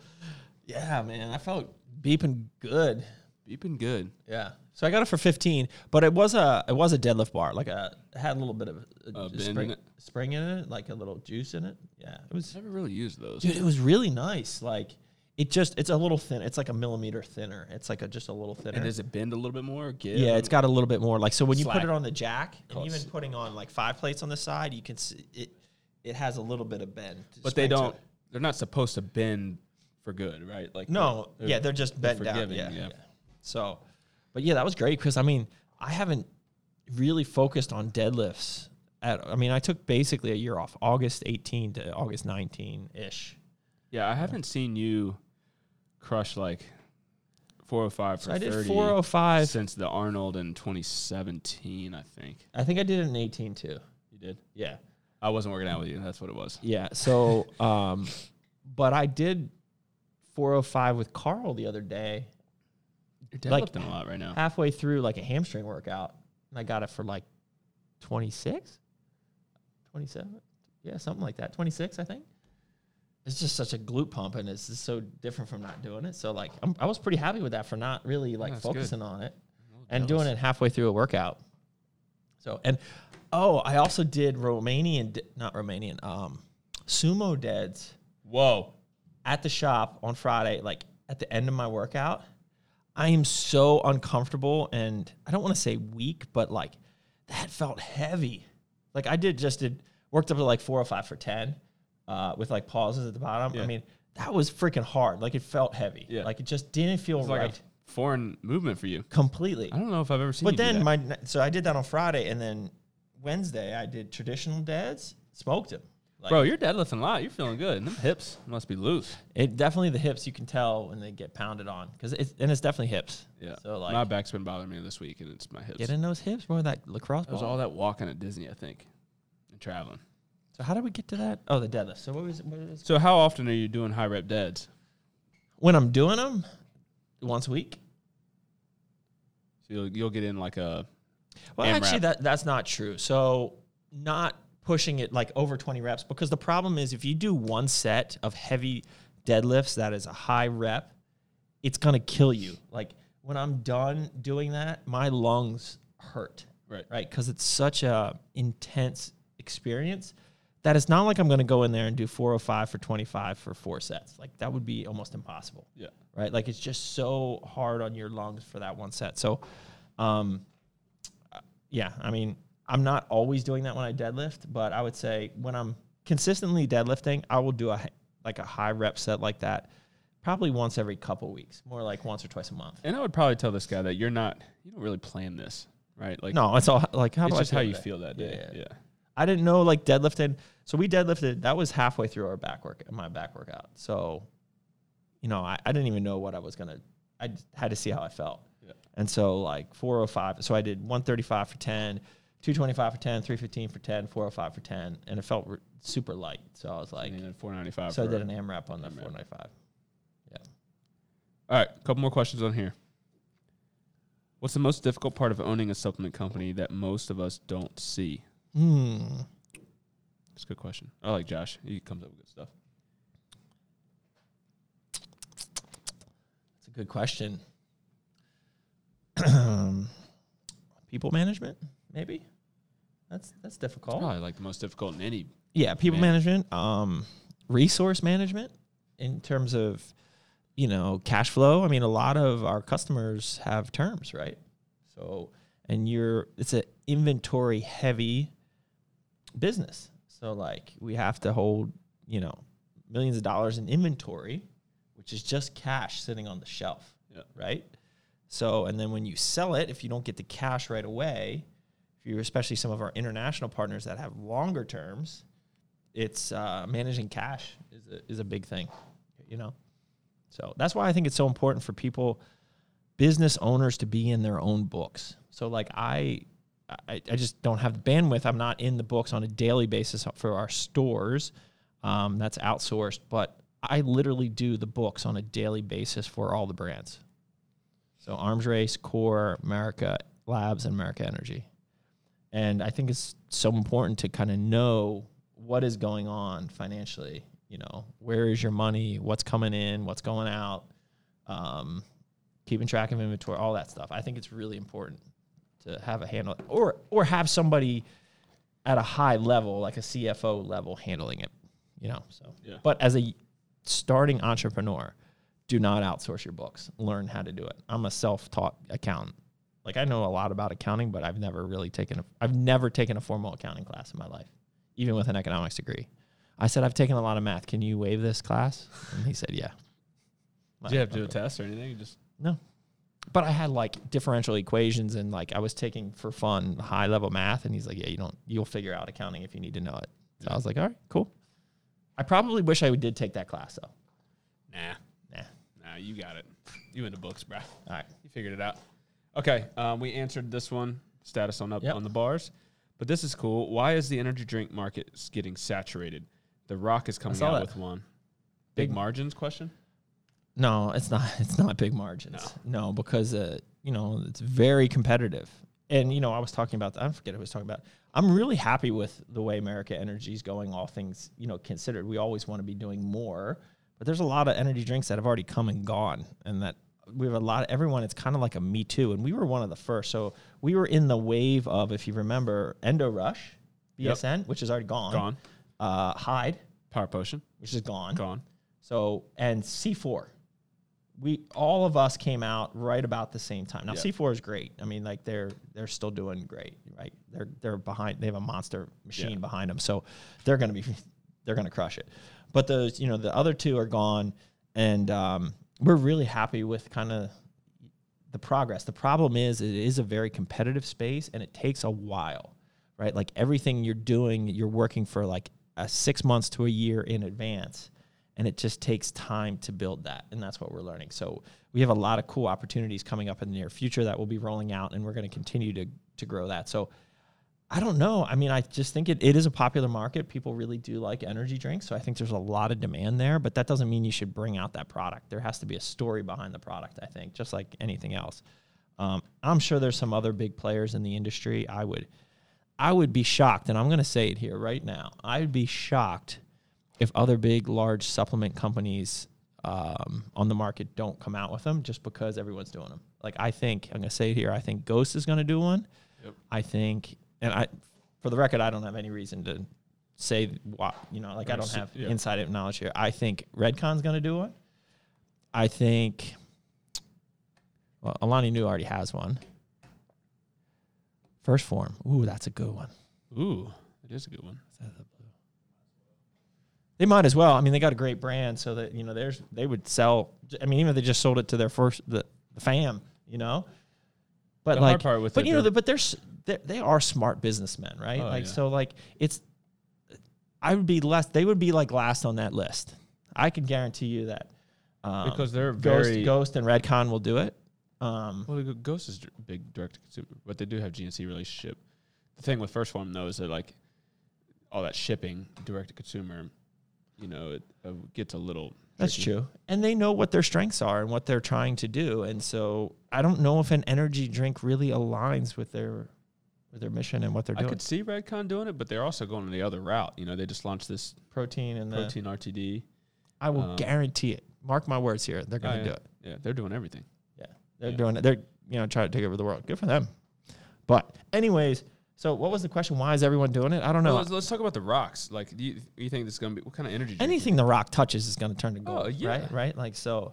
[SPEAKER 3] Yeah, man, I felt beeping good.
[SPEAKER 4] You've been good.
[SPEAKER 3] Yeah. So I got it for 15, but it was a it was a deadlift bar. Like a it had a little bit of a,
[SPEAKER 4] A bend in
[SPEAKER 3] spring,
[SPEAKER 4] it?
[SPEAKER 3] spring in it, like a little juice in it. Yeah. It was
[SPEAKER 4] Never really used those.
[SPEAKER 3] dude it was really nice like it just it's a little thin it's like a millimeter thinner it's like a just a little thinner
[SPEAKER 4] And does it bend a little bit more? Or give?
[SPEAKER 3] yeah it's got a little bit more like so when you
[SPEAKER 4] Slack.
[SPEAKER 3] put it on the jack and
[SPEAKER 4] Call it
[SPEAKER 3] even
[SPEAKER 4] s-
[SPEAKER 3] putting on like five plates on the side you can see it it has a little bit of bend to
[SPEAKER 4] but they
[SPEAKER 3] spring to
[SPEAKER 4] don't.
[SPEAKER 3] it.
[SPEAKER 4] They're not supposed to bend for good, right? Like
[SPEAKER 3] no
[SPEAKER 4] they're-
[SPEAKER 3] yeah they're just bent down
[SPEAKER 4] forgiving,
[SPEAKER 3] yeah,
[SPEAKER 4] yeah.
[SPEAKER 3] yeah so but yeah that was great because i mean i haven't really focused on deadlifts at i mean i took basically a year off august 18 to august 19 ish
[SPEAKER 4] yeah. I haven't seen you crush like four hundred five for
[SPEAKER 3] i did
[SPEAKER 4] 30
[SPEAKER 3] 405
[SPEAKER 4] since the Arnold in twenty seventeen. I think
[SPEAKER 3] i think i did it in 18 too
[SPEAKER 4] you did.
[SPEAKER 3] yeah
[SPEAKER 4] I wasn't working out with you. That's what it was.
[SPEAKER 3] Yeah. So, um, but I did 405 with Carl the other day,
[SPEAKER 4] You're
[SPEAKER 3] Like-
[SPEAKER 4] deadlifting a lot right now.
[SPEAKER 3] halfway through like a hamstring workout, and I got it for like 26, 27, yeah, something like that. 26, I think. It's just such a glute pump, and it's just so different from not doing it. So, like, I'm, I was pretty happy with that for not really like
[SPEAKER 4] that's good.
[SPEAKER 3] focusing on it and doing it halfway through a workout. So, and oh, I also did Romanian, de- not Romanian, um, sumo deads.
[SPEAKER 4] Whoa.
[SPEAKER 3] at the shop on Friday, like at the end of my workout, I am so uncomfortable and I don't want to say weak, but like that felt heavy. Like I did just did worked up to like four or five for ten, uh, with like pauses at the bottom. I mean, that was freaking hard. Like it felt heavy.
[SPEAKER 4] Yeah.
[SPEAKER 3] Like it just didn't feel
[SPEAKER 4] It's like
[SPEAKER 3] right
[SPEAKER 4] a foreign movement for you.
[SPEAKER 3] completely.
[SPEAKER 4] I don't know if I've ever seen.
[SPEAKER 3] But
[SPEAKER 4] you do
[SPEAKER 3] then
[SPEAKER 4] that.
[SPEAKER 3] my ne- so I did that on Friday and then Wednesday I did traditional dads, smoked them. Like,
[SPEAKER 4] bro, you're deadlifting a lot. You're feeling good. And them hips must be loose.
[SPEAKER 3] It definitely the hips you can tell when they get pounded on because it's and it's definitely hips.
[SPEAKER 4] Yeah.
[SPEAKER 3] So like
[SPEAKER 4] my back's been bothering me this week, and it's my hips.
[SPEAKER 3] get in those hips more that lacrosse
[SPEAKER 4] It was
[SPEAKER 3] ball.
[SPEAKER 4] all that walking at Disney, I think, and traveling.
[SPEAKER 3] so how did we get to that? Oh, the deadlift. So what was, what was
[SPEAKER 4] So, how often are you doing high rep deads?
[SPEAKER 3] when I'm doing them once a week?
[SPEAKER 4] So you'll you'll get in like a
[SPEAKER 3] Well,
[SPEAKER 4] AMRAP.
[SPEAKER 3] actually, that that's not true. So not pushing it like over 20 reps because the problem is if you do one set of heavy deadlifts that is a high rep, it's gonna kill you. Like when I'm done doing that, my lungs hurt.
[SPEAKER 4] Right.
[SPEAKER 3] Right. Because it's such a intense experience that it's not like I'm gonna go in there and do 405 for 25 for four sets. Like that would be almost impossible
[SPEAKER 4] yeah.
[SPEAKER 3] right? Like it's just so hard on your lungs for that one set. So, um, uh, yeah, I mean, I'm not always doing that when I deadlift, but I would say when I'm consistently deadlifting, I will do a hi- like a high rep set like that, probably once every couple weeks, more like once or twice a month.
[SPEAKER 4] And I would probably tell this guy that you're not you don't really plan this, right? Like
[SPEAKER 3] No, it's all like how
[SPEAKER 4] it's
[SPEAKER 3] do
[SPEAKER 4] just
[SPEAKER 3] I
[SPEAKER 4] how you
[SPEAKER 3] today?
[SPEAKER 4] feel that day.
[SPEAKER 3] Yeah,
[SPEAKER 4] Yeah.
[SPEAKER 3] yeah. I didn't know like deadlifting. So we deadlifted. That was halfway through our back work, my back workout. So, you know, I, I didn't even know what I was gonna. I just had to see how I felt. And so like 405. So I did 135 for 10, 225 for 10, 315 for 10, 405 for 10, and it felt r super light. So I was like,
[SPEAKER 4] And then 495.
[SPEAKER 3] so I
[SPEAKER 4] for-
[SPEAKER 3] did an AMRAP on the 495.
[SPEAKER 4] All right, a couple more questions on here. What's the most difficult part of owning a supplement company that most of us don't see?
[SPEAKER 3] Hmm.
[SPEAKER 4] It's a good question. I like Josh. He comes up with good stuff.
[SPEAKER 3] That's a good question. <clears throat> people management, maybe. That's that's difficult.
[SPEAKER 4] Probably like the most difficult in any.
[SPEAKER 3] Yeah, people
[SPEAKER 4] Man-
[SPEAKER 3] management, um, resource management in terms of you know cash flow. I mean, a lot of our customers have terms, right? So, and you're it's an inventory heavy business. So like we have to hold, you know, millions of dollars in inventory, which is just cash sitting on the shelf,
[SPEAKER 4] Yeah.
[SPEAKER 3] right? So and then when you sell it, if you don't get the cash right away, if you especially some of our international partners that have longer terms, it's uh, managing cash is a, is a big thing, you know. So that's why I think it's so important for people, business owners, to be in their own books. So like I, I, I just don't have the bandwidth. I'm not in the books on a daily basis for our stores. Um, that's outsourced, but I literally do the books on a daily basis for all the brands. So Arms Race, Core, America Labs, and America Energy. And I think it's so important to kind of know what is going on financially. You know, where is your money? What's coming in? What's going out? Um, keeping track of inventory, all that stuff. I think it's really important to have a handle or or have somebody at a high level, like a CFO level, handling it. You know, so
[SPEAKER 4] Yeah.
[SPEAKER 3] but as a starting entrepreneur, do not outsource your books. Learn how to do it. I'm a self-taught accountant. Like I know a lot about accounting, but I've never really taken a I've never taken a formal accounting class in my life, even with an economics degree. I said I've taken a lot of math. Can you waive this class? And he said, Yeah.
[SPEAKER 4] Did you have to do a test or anything? You just
[SPEAKER 3] No. But I had like differential equations and like I was taking for fun high level math and he's like, Yeah, you don't you'll figure out accounting if you need to know it. So I was like, All right, cool. I probably wish I did take that class though.
[SPEAKER 4] nah,
[SPEAKER 3] Nah.
[SPEAKER 4] nah. You got it. You in the books, bro.
[SPEAKER 3] All right.
[SPEAKER 4] You figured it out. Okay, um, we answered this one. Status on up
[SPEAKER 3] Yep.
[SPEAKER 4] on the bars, but this is cool. Why is the energy drink market s- getting saturated? The Rock is coming
[SPEAKER 3] saw
[SPEAKER 4] out
[SPEAKER 3] that.
[SPEAKER 4] with one. Big margins question.
[SPEAKER 3] No, it's not. <laughs> It's not big margins. No, because uh, you know it's very competitive. And you know, I was talking about. I forget who I was talking about. I'm really happy with the way America Energy is going. All things you know considered, we always want to be doing more. But there's a lot of energy drinks that have already come and gone, and that we have a lot. Of, everyone, it's kind of like a Me Too, and we were one of the first. So we were in the wave of, if you remember, Endo Rush, BSN, which is already gone.
[SPEAKER 4] Gone.
[SPEAKER 3] Uh, Hyde,
[SPEAKER 4] Power potion
[SPEAKER 3] which is
[SPEAKER 4] gone.
[SPEAKER 3] so and C four, we all of us came out right about the same time. Now
[SPEAKER 4] Yeah.
[SPEAKER 3] C four is great. I mean, like they're they're still doing great, right? They're they're behind. They have a monster machine behind them, so they're gonna be <laughs> they're gonna crush it. But those you know the other two are gone, and um, we're really happy with kind of the progress. The problem is it is a very competitive space and it takes a while, right? Like everything you're doing, you're working for like a six months to a year in advance. And it just takes time to build that. And that's what we're learning. So we have a lot of cool opportunities coming up in the near future that we'll be rolling out and we're going to continue to to grow that. So I don't know. I mean, I just think it, it is a popular market. People really do like energy drinks. So I think there's a lot of demand there, but that doesn't mean you should bring out that product. There has to be a story behind the product, I think, just like anything else. Um, I'm sure there's some other big players in the industry. I would, I would be shocked, and I'm going to say it here right now. I'd be shocked if other big, large supplement companies um, on the market don't come out with them, just because everyone's doing them. Like I think I'm going to say it here. I think Ghost is going to do one. I think, and I, for the record, I don't have any reason to say why. You know, like I don't have
[SPEAKER 4] yeah.
[SPEAKER 3] inside knowledge here. I think Redcon's going to do one. I think. Well, Alani New already has one. First form. Ooh, that's a good one.
[SPEAKER 4] Ooh, it is a good one.
[SPEAKER 3] They might as well. I mean, they got a great brand, so that you know, there's they would sell. I mean, even if they just sold it to their first the, the fam, you know. But
[SPEAKER 4] The hard
[SPEAKER 3] like,
[SPEAKER 4] part with
[SPEAKER 3] but
[SPEAKER 4] it,
[SPEAKER 3] you know, the,
[SPEAKER 4] they're-
[SPEAKER 3] but they're, s- they're they are smart businessmen, right?
[SPEAKER 4] Oh,
[SPEAKER 3] like,
[SPEAKER 4] yeah.
[SPEAKER 3] so like it's, I would be less. They would be like last on that list. I can guarantee you that. Um,
[SPEAKER 4] Because they're
[SPEAKER 3] Ghost,
[SPEAKER 4] very-
[SPEAKER 3] Ghost and Redcon will do it. Um,
[SPEAKER 4] Well, the Ghost is dir- big direct to consumer, but they do have GNC relationship. The thing with First Form though is that like all that shipping direct to consumer, you know, it uh, gets a little.
[SPEAKER 3] That's
[SPEAKER 4] tricky.
[SPEAKER 3] true. And they know what their strengths are and what they're trying to do. And so I don't know if an energy drink really aligns with their with their mission and what they're
[SPEAKER 4] I
[SPEAKER 3] doing.
[SPEAKER 4] could see Redcon doing it, but they're also going the other route. You know, they just launched this
[SPEAKER 3] protein and the
[SPEAKER 4] protein RTD.
[SPEAKER 3] I will
[SPEAKER 4] um,
[SPEAKER 3] guarantee it. Mark my words here. They're
[SPEAKER 4] Oh,
[SPEAKER 3] gonna
[SPEAKER 4] yeah.
[SPEAKER 3] do it.
[SPEAKER 4] Yeah, they're doing everything.
[SPEAKER 3] Yeah. They're
[SPEAKER 4] Yeah.
[SPEAKER 3] doing it. They're you know trying to take over the world. Good for them. But anyways, so what was the question? Why is everyone doing it? I don't know.
[SPEAKER 4] Well, let's, let's talk about the rocks. Like, do you, you think this is going to be what kind of energy? drink
[SPEAKER 3] anything the rock touches is going to turn to gold
[SPEAKER 4] Oh, yeah.
[SPEAKER 3] right right like so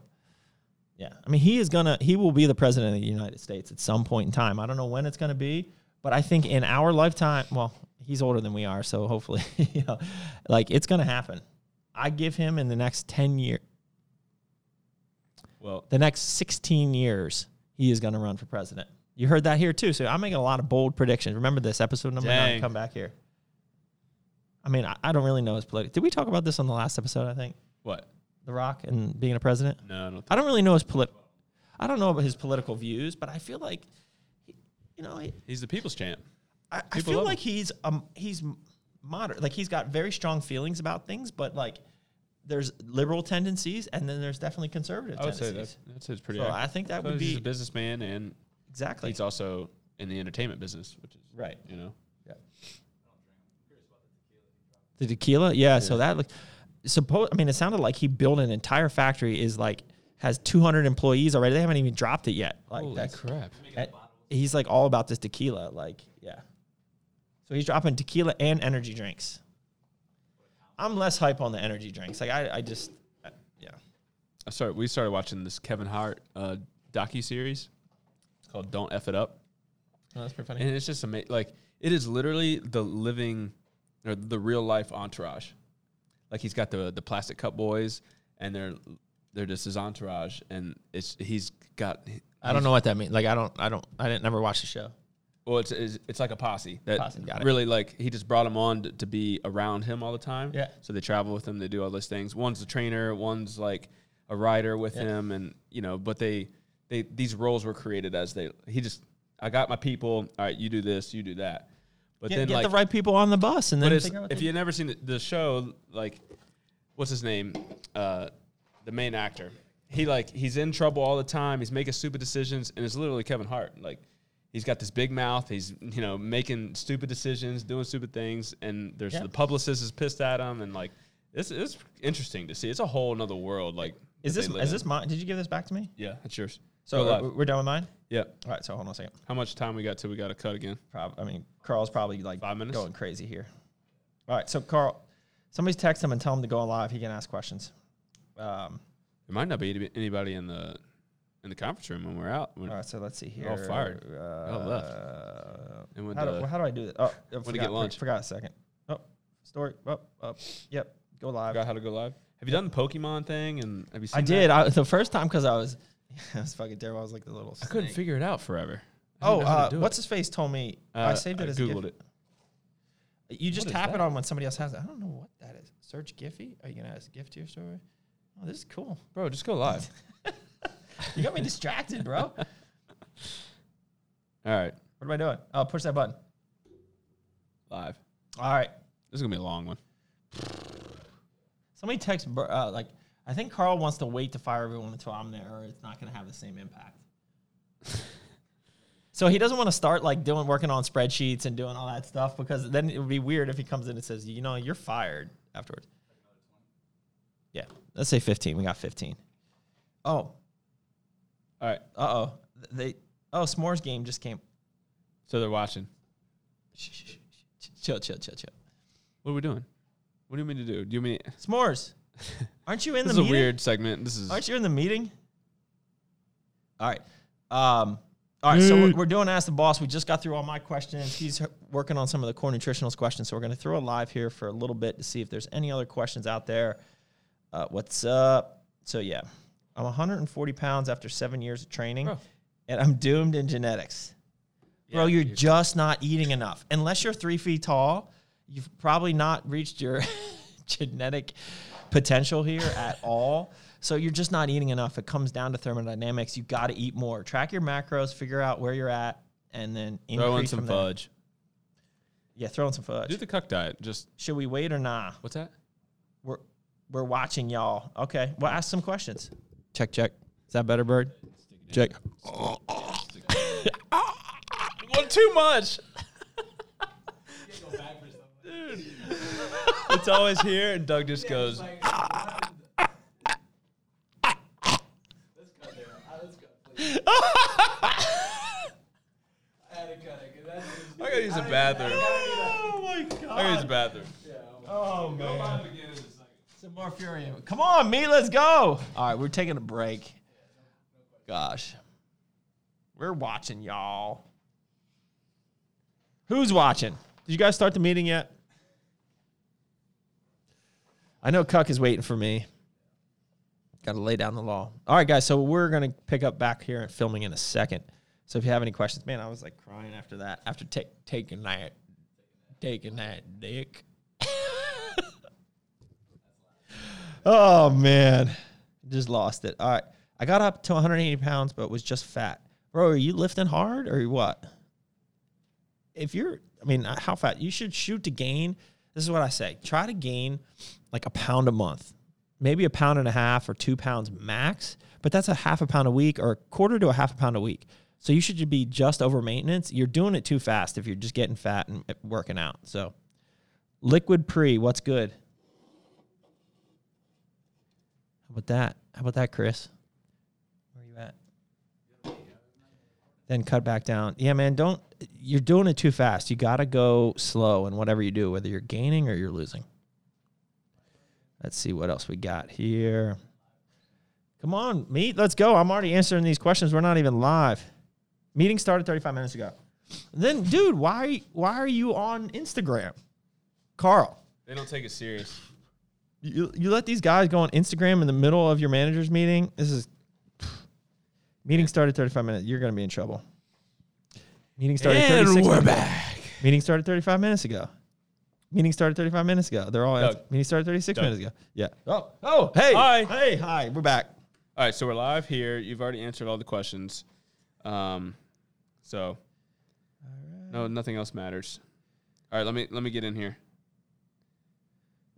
[SPEAKER 3] yeah i mean he is going to he will be the president of the united states at some point in time i don't know when it's going to be but i think in our lifetime well he's older than we are, so hopefully, <laughs> you know, like it's gonna happen. I give him in the next ten year,
[SPEAKER 4] Well,
[SPEAKER 3] the next sixteen years, he is gonna run for president. You heard that here too. So I'm making a lot of bold predictions. Remember this episode number nine.
[SPEAKER 4] Dang.
[SPEAKER 3] Come back here. I mean, I, I don't really know his political. Did we talk about this on the last episode? I think
[SPEAKER 4] what?
[SPEAKER 3] The Rock and being a president.
[SPEAKER 4] No, I don't.
[SPEAKER 3] I don't really know his polit. I don't know about his political views, but I feel like, he- you know, he-
[SPEAKER 4] He's the people's champ.
[SPEAKER 3] I, I
[SPEAKER 4] People
[SPEAKER 3] feel
[SPEAKER 4] love
[SPEAKER 3] like he's um he's moderate. Like he's got very strong feelings about things, but like there's liberal tendencies, and then there's definitely conservative
[SPEAKER 4] I would say
[SPEAKER 3] tendencies.
[SPEAKER 4] that's, that's his pretty.
[SPEAKER 3] So
[SPEAKER 4] accurate.
[SPEAKER 3] I think that
[SPEAKER 4] So
[SPEAKER 3] would
[SPEAKER 4] he's
[SPEAKER 3] be-
[SPEAKER 4] a businessman, and
[SPEAKER 3] exactly.
[SPEAKER 4] he's also in the entertainment business, which is
[SPEAKER 3] Right.
[SPEAKER 4] You know,
[SPEAKER 3] The tequila, yeah. So that like, suppose I mean, it sounded like he built an entire factory. Is like has 200 employees already. They haven't even dropped it yet. Like that's
[SPEAKER 4] crap.
[SPEAKER 3] that- Uh, he's like all about this tequila. Like yeah. So he's dropping tequila and energy drinks. I'm less hype on the energy drinks. Like I, I just, I- yeah.
[SPEAKER 4] I started. We started watching this Kevin Hart uh, docu series. It's called "Don't F It Up,"
[SPEAKER 3] that's pretty funny.
[SPEAKER 4] and it's just amazing. Like it is literally the living or the real life entourage. Like he's got the the plastic cup boys, and they're they're just his entourage, and it's he's got.
[SPEAKER 3] I don't know what that means. Like I don't, I don't, I didn't never watch the show.
[SPEAKER 4] Well, it's, it's it's like a posse that
[SPEAKER 3] Posse, got it.
[SPEAKER 4] really like he just brought him on to, to be around him all the time.
[SPEAKER 3] Yeah.
[SPEAKER 4] So they travel with him. They do all those things. One's the trainer. One's like a rider with him, and you know, but they they these roles were created as they he just I got my people. All right, you do this, you do that. But
[SPEAKER 3] Get,
[SPEAKER 4] then
[SPEAKER 3] get
[SPEAKER 4] like
[SPEAKER 3] the right people on the bus, and then
[SPEAKER 4] but it's,
[SPEAKER 3] figure out what
[SPEAKER 4] if
[SPEAKER 3] they-
[SPEAKER 4] you've never seen the, the show, like, what's his name? Uh, the main actor. He like he's in trouble all the time. He's making stupid decisions, and it's literally Kevin Hart. Like, he's got this big mouth. He's you know making stupid decisions, doing stupid things, and there's
[SPEAKER 3] Yeah.
[SPEAKER 4] the publicist is pissed at him, and like it's it's interesting to see. It's a whole another world. Like,
[SPEAKER 3] is
[SPEAKER 4] that
[SPEAKER 3] this
[SPEAKER 4] they live
[SPEAKER 3] is
[SPEAKER 4] in.
[SPEAKER 3] this mine? Did you give this back to me?
[SPEAKER 4] Yeah, that's yours.
[SPEAKER 3] So
[SPEAKER 4] Go
[SPEAKER 3] uh,
[SPEAKER 4] live.
[SPEAKER 3] we're done with mine.
[SPEAKER 4] yeah.
[SPEAKER 3] All right. So hold on a second.
[SPEAKER 4] How much time we got till we got to cut again?
[SPEAKER 3] Prob- I mean, Carl's probably like
[SPEAKER 4] Five minutes?
[SPEAKER 3] going crazy here. All right. So Carl, somebody's text him and tell him to go on live. He can ask questions. Um,
[SPEAKER 4] There might not be anybody in the in the conference room when we're out. When,
[SPEAKER 3] all right. So let's see here.
[SPEAKER 4] They're Hmm. all fired.
[SPEAKER 3] Uh,
[SPEAKER 4] They all And went
[SPEAKER 3] how, do,
[SPEAKER 4] to-
[SPEAKER 3] how do I do this? Oh, I
[SPEAKER 4] to
[SPEAKER 3] forgot,
[SPEAKER 4] get lunch.
[SPEAKER 3] forgot a second. Oh, story. Up, up. Yep. Go live.
[SPEAKER 4] forgot how to go live. Have you done the Pokemon thing? And have you? Seen
[SPEAKER 3] I
[SPEAKER 4] that?
[SPEAKER 3] did. I, the first time because I was, <laughs> I was fucking terrible. I was like the little.
[SPEAKER 4] I couldn't figure it out forever. I
[SPEAKER 3] Oh,
[SPEAKER 4] didn't know how
[SPEAKER 3] uh,
[SPEAKER 4] to do
[SPEAKER 3] what's
[SPEAKER 4] it.
[SPEAKER 3] his face told me
[SPEAKER 4] Uh,
[SPEAKER 3] I saved it as a
[SPEAKER 4] googled
[SPEAKER 3] GIF.
[SPEAKER 4] it.
[SPEAKER 3] You just
[SPEAKER 4] What is
[SPEAKER 3] tap
[SPEAKER 4] that?
[SPEAKER 3] it on when somebody else has it. I don't know what that is. Search Giphy. Are you gonna add a GIF to your story? Oh, this is cool.
[SPEAKER 4] bro. Just go live.
[SPEAKER 3] <laughs> You got me distracted, bro. What
[SPEAKER 4] All right,
[SPEAKER 3] am I doing? Oh, push that button.
[SPEAKER 4] live.
[SPEAKER 3] All right.
[SPEAKER 4] This is gonna be a long one.
[SPEAKER 3] Somebody text. Bur- Uh, like, I think Carl wants to wait to fire everyone until I'm there, or it's not gonna have the same
[SPEAKER 4] <laughs>
[SPEAKER 3] impact. so he doesn't want to start like doing working on spreadsheets and doing all that stuff because then it would be weird if he comes in and says, you know, you're fired afterwards. Yeah, let's say 15. We got 15. Oh,
[SPEAKER 4] All right,
[SPEAKER 3] Uh oh. They oh s'mores game just came.
[SPEAKER 4] so they're watching.
[SPEAKER 3] Shh, shh, shh, shh. Chill, chill, chill, chill.
[SPEAKER 4] What are we doing? What do you mean to do? Do you mean <laughs>
[SPEAKER 3] S'mores. Aren't you in
[SPEAKER 4] this
[SPEAKER 3] the
[SPEAKER 4] is a
[SPEAKER 3] meeting?
[SPEAKER 4] weird segment? This is
[SPEAKER 3] Aren't you in the meeting? All right. Um. All right. So we're, we're doing ask the boss. We just got through all my questions. He's h- working on some of the core nutritionals questions. So we're going to throw it live here for a little bit to see if there's any other questions out there. Uh, what's up? So yeah, I'm 140 pounds after seven years of training,
[SPEAKER 4] Bro.
[SPEAKER 3] and I'm doomed in genetics. Bro, you're just not eating enough. Unless you're three feet tall, you've probably not reached your <laughs> genetic potential here
[SPEAKER 4] <laughs>
[SPEAKER 3] at all. So you're just not eating enough. It comes down to thermodynamics. You got to eat more. Track your macros, figure out where you're at, and then increase
[SPEAKER 4] throw in some
[SPEAKER 3] from there.
[SPEAKER 4] fudge.
[SPEAKER 3] Yeah, throw in some fudge.
[SPEAKER 4] Do the cuck diet. Just
[SPEAKER 3] Should we wait or nah?
[SPEAKER 4] what's that?
[SPEAKER 3] We're we're watching y'all. Okay. Well, ask some questions. Check check. Is that better, bird? <laughs> Check.
[SPEAKER 4] Well, too much. Dude, it's always here, and Doug just
[SPEAKER 3] <laughs>
[SPEAKER 4] goes.
[SPEAKER 3] Oh
[SPEAKER 4] I gotta use a bathroom.
[SPEAKER 3] Oh my
[SPEAKER 4] I gotta use
[SPEAKER 3] god.
[SPEAKER 4] a bathroom.
[SPEAKER 3] Oh man. Some more fury. Come on, me. Let's go. All right, we're taking a break. Gosh, we're watching y'all. Who's watching? Did you guys start the meeting yet? I know Cuck is waiting for me. Got to lay down the law. All right, guys. So we're gonna pick up back here and filming in a second. So if you have any questions, man, I was like crying after that. After ta- taking that, taking that dick. <laughs> oh man, just lost it. All right, I got up to 180 pounds, but was just fat. Bro, are you lifting hard or what? If you're, I mean, uh, how fat? You should shoot to gain. This is what I say: try to gain like a pound a month, maybe a pound and a half or two pounds max. But that's a half a pound a week or a quarter to a half a pound a week. So you should be just over maintenance. You're doing it too fast if you're just getting fat and uh, working out. So, liquid pre, what's good? How about that? How about that, Chris? Where are you at? Then cut back down. Yeah, man, don't. You're doing it too fast. You got to go slow in whatever you do, whether you're gaining or you're losing. Let's see what else we got here. Come on, meet. Let's go. I'm already answering these questions. We're not even live. Meeting started 35 minutes ago. Then, dude, why why are you on Instagram, Carl?
[SPEAKER 4] They don't take it serious.
[SPEAKER 3] you you let these guys go on Instagram in the middle of your manager's meeting. This is <sighs> meeting started 35 minutes. You're going to be in trouble. Meeting started 36 minutes ago. Meeting started 35 minutes ago. Meeting started 35 minutes ago. They're all
[SPEAKER 4] Doug.
[SPEAKER 3] out. meeting started 36
[SPEAKER 4] Doug.
[SPEAKER 3] minutes ago. Yeah. Oh, oh, hey.
[SPEAKER 4] Hi.
[SPEAKER 3] Hey, hi. We're back.
[SPEAKER 4] All right, so we're live here. You've already answered all the questions. Um, so no, nothing else matters. All right, let me let me get in here.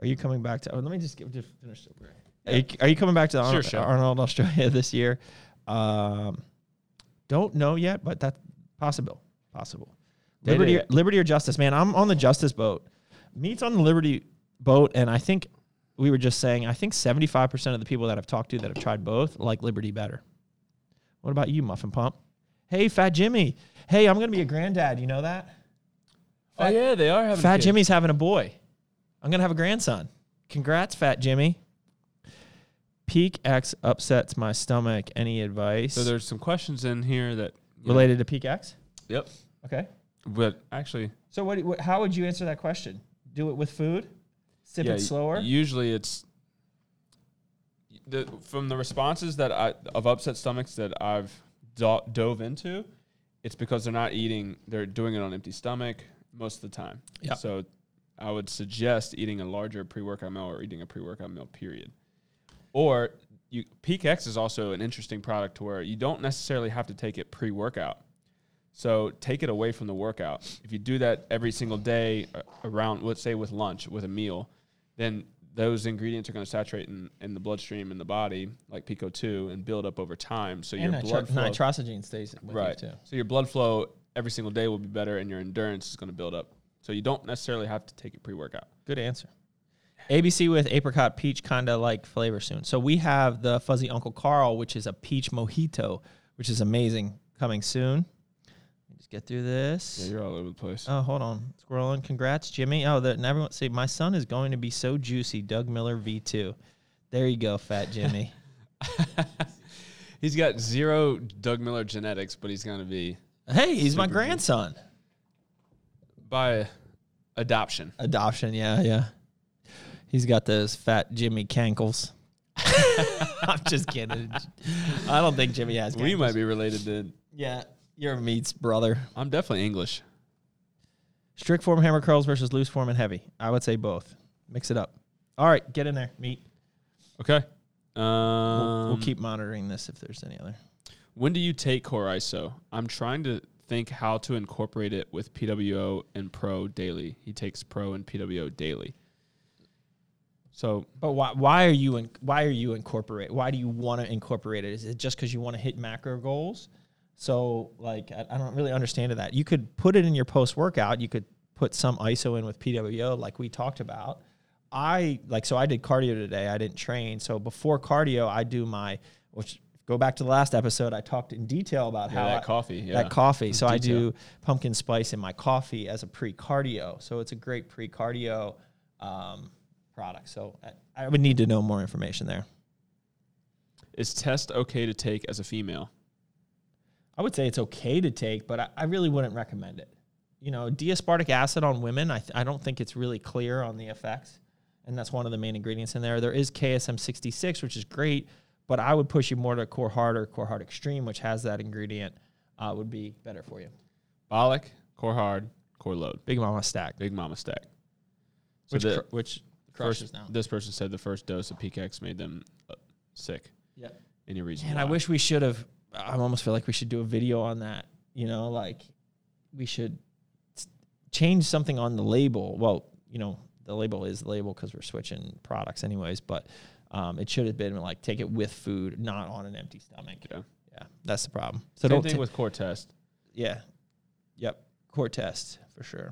[SPEAKER 3] Are you coming back to? Oh, let me just get just finish the break. Are, you, are you coming back to Arnold,
[SPEAKER 4] sure.
[SPEAKER 3] Arnold Australia <laughs> this year? Um, don't know yet, but that's possible. Possible.
[SPEAKER 4] They did
[SPEAKER 3] Liberty,
[SPEAKER 4] it.
[SPEAKER 3] Liberty or justice, man. I'm on the justice boat. Meat's on the Liberty boat, and I think we were just saying. I think 75 percent of the people that I've talked to that have tried both like Liberty better. What about you, Muffin Pump? Hey, Fat Jimmy. Hey, I'm gonna be a granddad. You know that?
[SPEAKER 4] oh yeah, they are having
[SPEAKER 3] Fat Jimmy's having a boy. I'm gonna have a grandson. Congrats, Fat Jimmy. Peak X upsets my stomach. Any advice
[SPEAKER 4] So there's some questions in here that
[SPEAKER 3] related to Peak X?
[SPEAKER 4] Yep.
[SPEAKER 3] Okay.
[SPEAKER 4] But actually,
[SPEAKER 3] So what, what? How would you answer that question? Do it with food. Sip
[SPEAKER 4] yeah,
[SPEAKER 3] it slower.
[SPEAKER 4] Usually it's the, from the responses that I of upset stomachs that I've do- dove into, it's because they're not eating, they're doing it on empty stomach most of the time.
[SPEAKER 3] Yeah.
[SPEAKER 4] So I would suggest eating a larger pre-workout meal or eating a pre-workout meal period. Or you Peak X is also an interesting product to where you don't necessarily have to take it pre-workout. So take it away from the workout. If you do that every single day uh, around, let's say with lunch, with a meal, then those ingredients are going to saturate in, in the bloodstream in the body, like Pico 2, and build up over time. So
[SPEAKER 3] and
[SPEAKER 4] your blood flow,
[SPEAKER 3] nitrosogen stays with
[SPEAKER 4] right?
[SPEAKER 3] you too.
[SPEAKER 4] So your blood flow every single day will be better, and your endurance is going to build up. So you don't necessarily have to take it pre-workout.
[SPEAKER 3] Good answer. ABC with apricot peach kind of like flavor soon. So we have the fuzzy Uncle Carl, which is a peach mojito, which is amazing, coming soon. Let me just get through this.
[SPEAKER 4] you're all over the place.
[SPEAKER 3] Oh, hold on, squirreling. Congrats, Jimmy. Oh, that and everyone. See, my son is going to be so juicy. Doug Miller V two. There you go, Fat
[SPEAKER 4] <laughs>
[SPEAKER 3] Jimmy.
[SPEAKER 4] He's got zero Doug Miller genetics, but he's going to be
[SPEAKER 3] hey, he's my grandson.
[SPEAKER 4] by adoption.
[SPEAKER 3] Adoption. Yeah, yeah. He's got those fat Jimmy cankles. <laughs> I'm just kidding. I don't think Jimmy has. Cankles.
[SPEAKER 4] We might be related to.
[SPEAKER 3] Yeah, you're meat's brother.
[SPEAKER 4] I'm definitely English.
[SPEAKER 3] Strict form hammer curls versus loose form and heavy. I would say both. Mix it up. All right, get in there, meat.
[SPEAKER 4] Okay. Um,
[SPEAKER 3] We'll, we'll keep monitoring this if there's any other.
[SPEAKER 4] When do you take core ISO? I'm trying to think how to incorporate it with PWO and Pro daily. He takes Pro and PWO daily. So
[SPEAKER 3] But why why are you in, why are you incorporate? Why do you want to incorporate it? Is it just because you want to hit macro goals? So like I, I don't really understand that. You could put it in your post workout. You could put some ISO in with PWO, like we talked about. I like so I did cardio today. I didn't train. So before cardio, I do my which go back to the last episode. I talked in detail about how
[SPEAKER 4] that
[SPEAKER 3] I-
[SPEAKER 4] coffee, yeah.
[SPEAKER 3] that coffee. So I
[SPEAKER 4] Detail.
[SPEAKER 3] do pumpkin spice in my coffee as a pre cardio. So it's a great pre cardio um, product. So I, I would need to know more information there.
[SPEAKER 4] is test okay to take as a female?
[SPEAKER 3] I would say it's okay to take, but I, I really wouldn't recommend it. you know, diaspartic acid on women, I, th- I don't think it's really clear on the effects. And that's one of the main ingredients in there. There is KSM 66, which is great, but I would push you more to Core Hard or Core Hard Extreme, which has that ingredient, uh, would be better for you.
[SPEAKER 4] Bollock, core hard, core load,
[SPEAKER 3] Big Mama Stack,
[SPEAKER 4] big mama stack. So
[SPEAKER 3] which,
[SPEAKER 4] the
[SPEAKER 3] cr- which
[SPEAKER 4] first-
[SPEAKER 3] crushes now.
[SPEAKER 4] This person said the first dose of PKX made them uh, sick.
[SPEAKER 3] Yep.
[SPEAKER 4] Any reason?
[SPEAKER 3] And I
[SPEAKER 4] why.
[SPEAKER 3] wish we should have. I almost feel like we should do a video on that. You know, like we should s- change something on the label. Well, you know, the label is the label because we're switching products, anyways. But um, it should have been like take it with food, not on an empty stomach.
[SPEAKER 4] Yeah.
[SPEAKER 3] Yeah, that's the problem. So
[SPEAKER 4] Same
[SPEAKER 3] don't.
[SPEAKER 4] thing
[SPEAKER 3] ta-
[SPEAKER 4] with core test.
[SPEAKER 3] yeah. Yep. Core test for sure.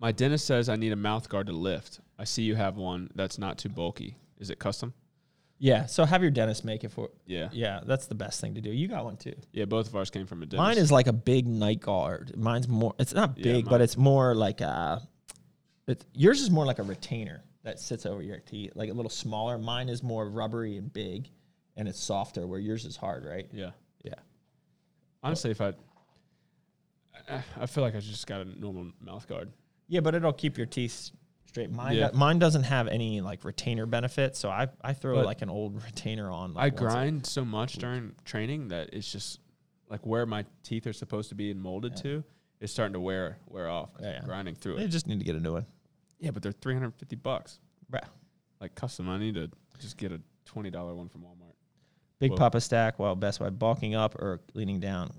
[SPEAKER 4] My dentist says I need a mouth guard to lift. I see you have one that's not too bulky. Is it custom?
[SPEAKER 3] Yeah. So have your dentist make it for.
[SPEAKER 4] Yeah. Yeah,
[SPEAKER 3] Yeah, that's the best thing to do. You got one too.
[SPEAKER 4] both of ours came from a dentist.
[SPEAKER 3] Mine is like a big night guard. Mine's more. It's not
[SPEAKER 4] Yeah,
[SPEAKER 3] big, but
[SPEAKER 4] mine-
[SPEAKER 3] it's more like a. It, yours is more like a retainer that sits over your teeth, like a little smaller. Mine is more rubbery and big, and it's softer. Where yours is hard, right?
[SPEAKER 4] Yeah.
[SPEAKER 3] Yeah.
[SPEAKER 4] Honestly, if I, I- I feel like I just got a normal mouth guard.
[SPEAKER 3] Yeah, but it'll keep your teeth straight. Mine,
[SPEAKER 4] Yeah.
[SPEAKER 3] do- mine doesn't have any like retainer benefit, so I I throw
[SPEAKER 4] But-
[SPEAKER 3] like an old <laughs> retainer on.
[SPEAKER 4] I
[SPEAKER 3] Like once a-
[SPEAKER 4] grind so much during training that it's just like where my teeth are supposed to be and molded to is starting to wear wear off. 'cause
[SPEAKER 3] Yeah,
[SPEAKER 4] I'm
[SPEAKER 3] yeah.
[SPEAKER 4] Grinding through
[SPEAKER 3] They
[SPEAKER 4] it.
[SPEAKER 3] just need to get a new one.
[SPEAKER 4] Yeah, but they're 350 bucks.
[SPEAKER 3] Bruh.
[SPEAKER 4] Like custom, I need to just get a $20 one from Walmart.
[SPEAKER 3] Big
[SPEAKER 4] Whoa.
[SPEAKER 3] Papa stack. Well, best by bulking up or leaning down.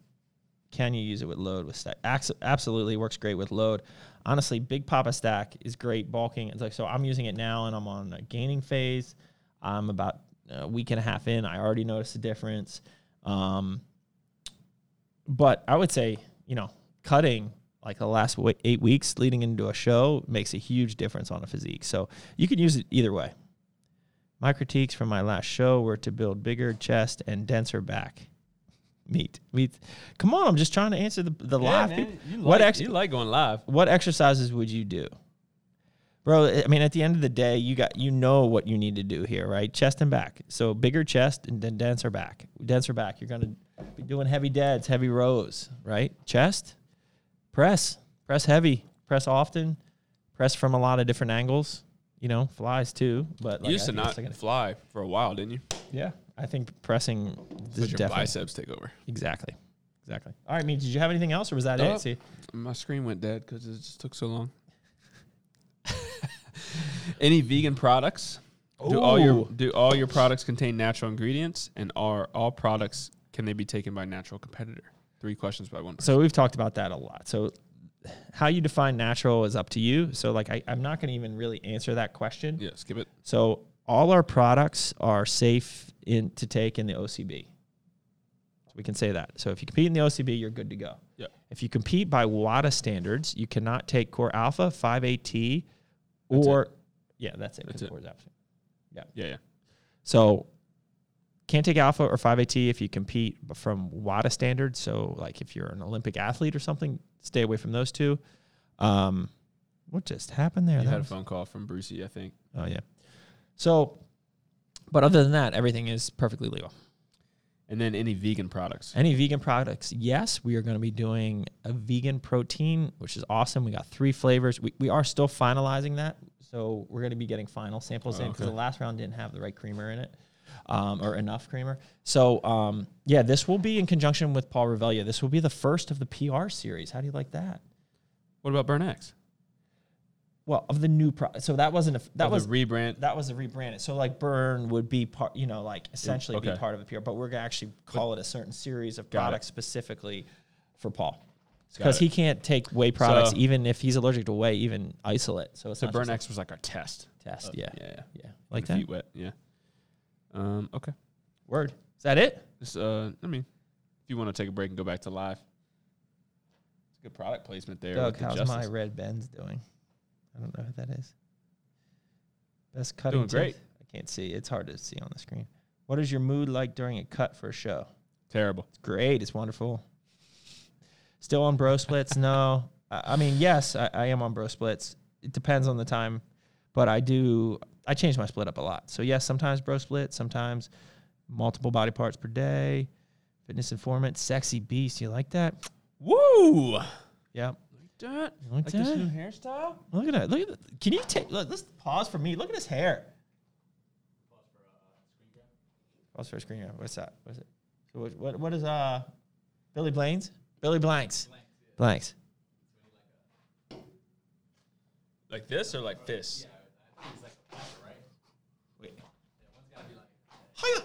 [SPEAKER 3] Can you use it with load with stack? Ax- Absolutely, works great with load. Honestly, Big Papa stack is great bulking. It's like so. I'm using it now, and I'm on a gaining phase. I'm about a week and a half in. I already noticed a difference. Um, but I would say, you know, cutting like the last wa- eight weeks leading into a show makes a huge difference on a physique. So you can use it either way. My critiques from my last show were to build bigger chest and denser back. Meat, meat. Come on, I'm just trying to answer the the live. peop-
[SPEAKER 4] You
[SPEAKER 3] what
[SPEAKER 4] like,
[SPEAKER 3] ex-
[SPEAKER 4] you like going live.
[SPEAKER 3] what exercises would you do? Bro, I- I mean, at the end of the day, you got you know what you need to do here, right? Chest and back. So bigger chest and then denser back. Denser back. You're gonna be doing heavy deads, heavy rows, right? Chest, press, press heavy, press often, press from a lot of different angles. You know, flies too. But
[SPEAKER 4] you
[SPEAKER 3] I
[SPEAKER 4] used to
[SPEAKER 3] think
[SPEAKER 4] not
[SPEAKER 3] that's like an-
[SPEAKER 4] fly for a while, didn't you?
[SPEAKER 3] yeah, I think pressing is
[SPEAKER 4] But your
[SPEAKER 3] definitely
[SPEAKER 4] biceps take over.
[SPEAKER 3] exactly, exactly. All right, me. Did you have anything else, or was that
[SPEAKER 4] Nope.
[SPEAKER 3] it? See,
[SPEAKER 4] My screen went dead because it just took so long. <laughs> Any vegan products? Do all your
[SPEAKER 3] Ooh.
[SPEAKER 4] do all your products contain natural ingredients? And are all products can they be taken by a natural competitor? Three questions by one. person.
[SPEAKER 3] so we've talked about that a lot. So how you define natural is up to you. So like I, I'm not going to even really answer that question.
[SPEAKER 4] yeah, skip it.
[SPEAKER 3] So all our products are safe in to take in the OCB. So we can say that. So if you compete in the OCB, you're good to go.
[SPEAKER 4] Yeah.
[SPEAKER 3] If you compete by WADA standards, you cannot take Core Alpha, 5AT, or yeah, that's it. 'cause
[SPEAKER 4] That's it.
[SPEAKER 3] Core's absent.
[SPEAKER 4] Yeah, yeah.
[SPEAKER 3] So can't take alpha or 5AT if you compete from WADA standards. So like if you're an Olympic athlete or something, stay away from those two. Um, what just happened there?
[SPEAKER 4] You
[SPEAKER 3] That
[SPEAKER 4] had a
[SPEAKER 3] was-
[SPEAKER 4] phone call from Brucey, I think.
[SPEAKER 3] oh yeah. So, but other than that, everything is perfectly legal.
[SPEAKER 4] And then any vegan products.
[SPEAKER 3] Any vegan products? Yes, we are going to be doing a vegan protein, which is awesome. We got three flavors. We, we are still finalizing that, so we're going to be getting final samples in because the last round didn't have the right creamer in it, um, or enough creamer. So um, yeah, this will be in conjunction with Paul Revelia. This will be the first of the PR series. How do you like that?
[SPEAKER 4] What about Burn X?
[SPEAKER 3] Well, of the new pro. So that wasn't a that
[SPEAKER 4] Of the
[SPEAKER 3] was
[SPEAKER 4] rebrand.
[SPEAKER 3] that was a rebranded. So like burn would be part, you know, like essentially be
[SPEAKER 4] okay.
[SPEAKER 3] part of a PR, but we're gonna actually call it a certain series of
[SPEAKER 4] Got it.
[SPEAKER 3] products specifically for Paul
[SPEAKER 4] Got
[SPEAKER 3] because
[SPEAKER 4] it.
[SPEAKER 3] he can't take whey products
[SPEAKER 4] So-
[SPEAKER 3] even if he's allergic to whey, even isolate. So it's
[SPEAKER 4] so
[SPEAKER 3] not
[SPEAKER 4] Burn
[SPEAKER 3] just
[SPEAKER 4] X was like our test.
[SPEAKER 3] a test. Yeah,
[SPEAKER 4] Uh, Yeah, yeah.
[SPEAKER 3] yeah, like
[SPEAKER 4] Your
[SPEAKER 3] that.
[SPEAKER 4] Feet wet. Yeah. Um. Okay.
[SPEAKER 3] Word. Is that it?
[SPEAKER 4] Just, uh, I mean, if you want to take a break and go back to live, it's a good product placement there.
[SPEAKER 3] Doug,
[SPEAKER 4] with the
[SPEAKER 3] how's my
[SPEAKER 4] Justice.
[SPEAKER 3] red bends doing? I don't know who that is. Best cutting.
[SPEAKER 4] Doing great.
[SPEAKER 3] tips? I can't see. It's hard to see on the screen. What is your mood like during a cut for a show?
[SPEAKER 4] terrible?
[SPEAKER 3] It's great. It's wonderful. Still on bro splits? no. I, I mean, yes, I, I am on bro splits. It depends on the time, but I do. I change my split up a lot. So yes, sometimes bro split, sometimes multiple body parts per day. Fitness informant, sexy beast. You like that?
[SPEAKER 4] Woo!
[SPEAKER 3] Yeah.
[SPEAKER 4] Like,
[SPEAKER 3] Like
[SPEAKER 4] like this
[SPEAKER 3] that?
[SPEAKER 4] new hairstyle?
[SPEAKER 3] Look at that. Look at that. Can you take? Look, let's pause for me. Look at his hair. Pause for a screen grab. What's that? What's it? So What, what, what is uh Billy Blaine's? Billy Blanks. Blanks.
[SPEAKER 4] Like this or like this?
[SPEAKER 3] Wait. Hiya!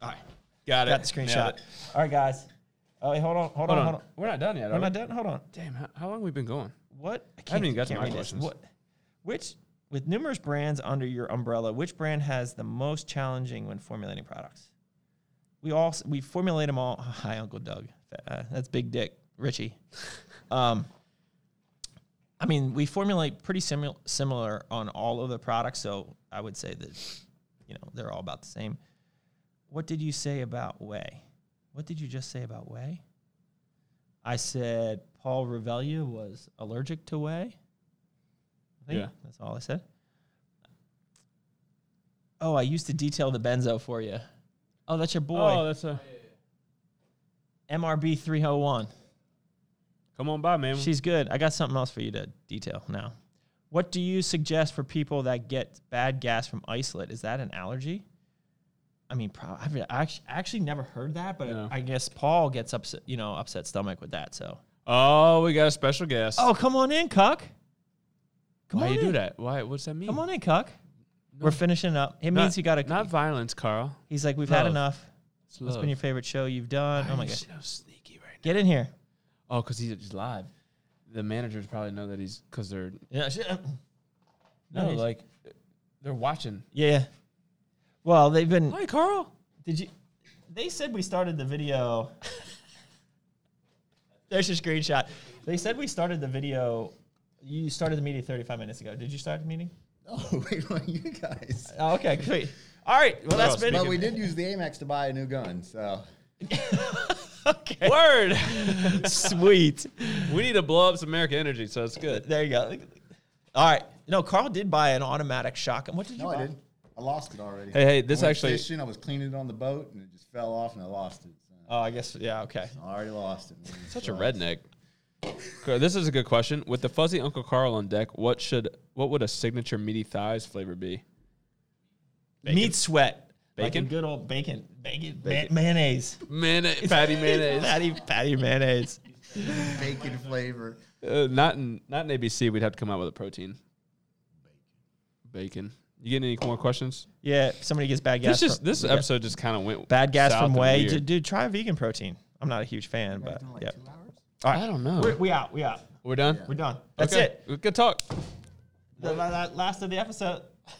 [SPEAKER 4] All right. Got it.
[SPEAKER 3] Got the screenshot.
[SPEAKER 4] Nailed it.
[SPEAKER 3] All right, guys. Oh, wait, hold on. Hold,
[SPEAKER 4] Hold
[SPEAKER 3] on.
[SPEAKER 4] on.
[SPEAKER 3] Hold on.
[SPEAKER 4] We're not done yet.
[SPEAKER 3] We're
[SPEAKER 4] are we?
[SPEAKER 3] not done. Hold on.
[SPEAKER 4] Damn, how, how long we been going?
[SPEAKER 3] What? I,
[SPEAKER 4] even got to
[SPEAKER 3] can't
[SPEAKER 4] my
[SPEAKER 3] read this.
[SPEAKER 4] questions.
[SPEAKER 3] What? Which, with numerous brands under your umbrella, which brand has the most challenging when formulating products? We all s- we formulate them all. <laughs> Hi, Uncle Doug. Uh, that's Big Dick
[SPEAKER 4] <laughs>
[SPEAKER 3] Richie. Um, I mean, we formulate pretty similar similar on all of the products, so I would say that you know they're all about the same. What did you say about whey? What did you just say about whey? I said Paul Revelia was allergic to whey. I think
[SPEAKER 4] Yeah.
[SPEAKER 3] that's all I said. Oh, I used to detail the benzo for you. Oh, that's your
[SPEAKER 4] Oh,
[SPEAKER 3] boy,
[SPEAKER 4] that's a.
[SPEAKER 3] MRB three hundred one.
[SPEAKER 4] Come on by, man.
[SPEAKER 3] She's good. I got something else for you to detail now. What do you suggest for people that get bad gas from isolate? Is that an allergy? I mean, prob- I've act- actually never heard that, but
[SPEAKER 4] No.
[SPEAKER 3] I guess Paul gets upset, you know, upset stomach with that. So,
[SPEAKER 4] oh, we got a special guest.
[SPEAKER 3] oh, come on in, cuck. Come
[SPEAKER 4] why
[SPEAKER 3] on
[SPEAKER 4] you
[SPEAKER 3] in.
[SPEAKER 4] do that? Why? What's that mean?
[SPEAKER 3] Come on in, cuck. We're finishing up. It means
[SPEAKER 4] Not,
[SPEAKER 3] you got to.
[SPEAKER 4] Not violence, Carl.
[SPEAKER 3] he's like, we've had
[SPEAKER 4] love.
[SPEAKER 3] enough.
[SPEAKER 4] It's
[SPEAKER 3] What's
[SPEAKER 4] love.
[SPEAKER 3] been your favorite show you've done? Oh my
[SPEAKER 4] You're
[SPEAKER 3] gosh,
[SPEAKER 4] so sneaky right now.
[SPEAKER 3] get in here.
[SPEAKER 4] Oh, because he's, he's live. The managers probably know that he's because they're
[SPEAKER 3] Yeah, sh-
[SPEAKER 4] no,
[SPEAKER 3] he's-
[SPEAKER 4] like they're watching.
[SPEAKER 3] yeah. Well, they've been.
[SPEAKER 4] Hi, Carl.
[SPEAKER 3] Did you? They said we started the video. <laughs> There's your screenshot. They said we started the video. You started the meeting 35 minutes ago. Did you start the meeting?
[SPEAKER 6] Oh, <laughs> wait, well, you guys.
[SPEAKER 3] Oh, okay, great. All right. Well, that's been
[SPEAKER 6] But we did use the Amex to buy a new gun, so
[SPEAKER 3] <laughs> okay.
[SPEAKER 4] Word.
[SPEAKER 3] <laughs> Sweet.
[SPEAKER 4] we need to blow up some American energy, so it's good.
[SPEAKER 3] There you go. All right. No, Carl did buy an automatic shotgun. What did you
[SPEAKER 6] no,
[SPEAKER 3] buy?
[SPEAKER 6] I did. I lost it already.
[SPEAKER 4] Hey, hey, this
[SPEAKER 6] I went
[SPEAKER 4] actually-
[SPEAKER 6] fishing. I was cleaning it on the boat, and it just fell off, and I lost it. So
[SPEAKER 3] Oh, I guess. Yeah. Okay.
[SPEAKER 6] I already lost it. man.
[SPEAKER 4] Such a
[SPEAKER 6] So-
[SPEAKER 4] redneck. Car- This is a good question. With the fuzzy Uncle Carl on deck, what should what would a signature meaty thighs flavor be?
[SPEAKER 3] Meat sweat.
[SPEAKER 4] Bacon?
[SPEAKER 3] Like a good old bacon. Bacon. Ma- mayonnaise. <laughs>
[SPEAKER 4] Mayonnaise, patty mayonnaise.
[SPEAKER 3] patty. Patty mayonnaise.
[SPEAKER 6] bacon flavor.
[SPEAKER 4] <laughs> Uh, not in not in ABC. We'd have to come out with a protein. Bacon. You getting any more questions?
[SPEAKER 3] Yeah. if Somebody gets bad gas.
[SPEAKER 4] This just
[SPEAKER 3] from-
[SPEAKER 4] this
[SPEAKER 3] yeah.
[SPEAKER 4] episode just kind of went
[SPEAKER 3] Bad gas
[SPEAKER 4] south
[SPEAKER 3] from
[SPEAKER 4] and
[SPEAKER 3] whey.
[SPEAKER 4] weird.
[SPEAKER 3] Dude, dude, try a vegan protein. I'm not a huge fan, but
[SPEAKER 6] Like
[SPEAKER 3] yeah.
[SPEAKER 6] two hours?
[SPEAKER 4] I don't know.
[SPEAKER 3] We're,
[SPEAKER 4] We're,
[SPEAKER 3] we out. We out.
[SPEAKER 4] done.
[SPEAKER 3] We're done. That's it.
[SPEAKER 4] Good talk.
[SPEAKER 3] The, la- la- last of the episode. <laughs>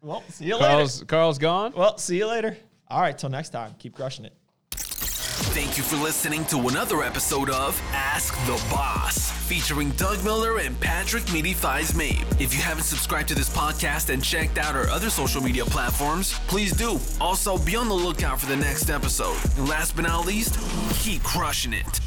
[SPEAKER 3] Well, see you later.
[SPEAKER 4] Carl's Carl's gone.
[SPEAKER 3] Well, see you later. All right. Till next time. Keep crushing it.
[SPEAKER 2] Thank you for listening to another episode of Ask the Boss, featuring Doug Miller and Patrick Meaty Thighs Mabe. If you haven't subscribed to this podcast and checked out our other social media platforms, please do. Also, be on the lookout for the next episode. And last but not least, keep crushing it.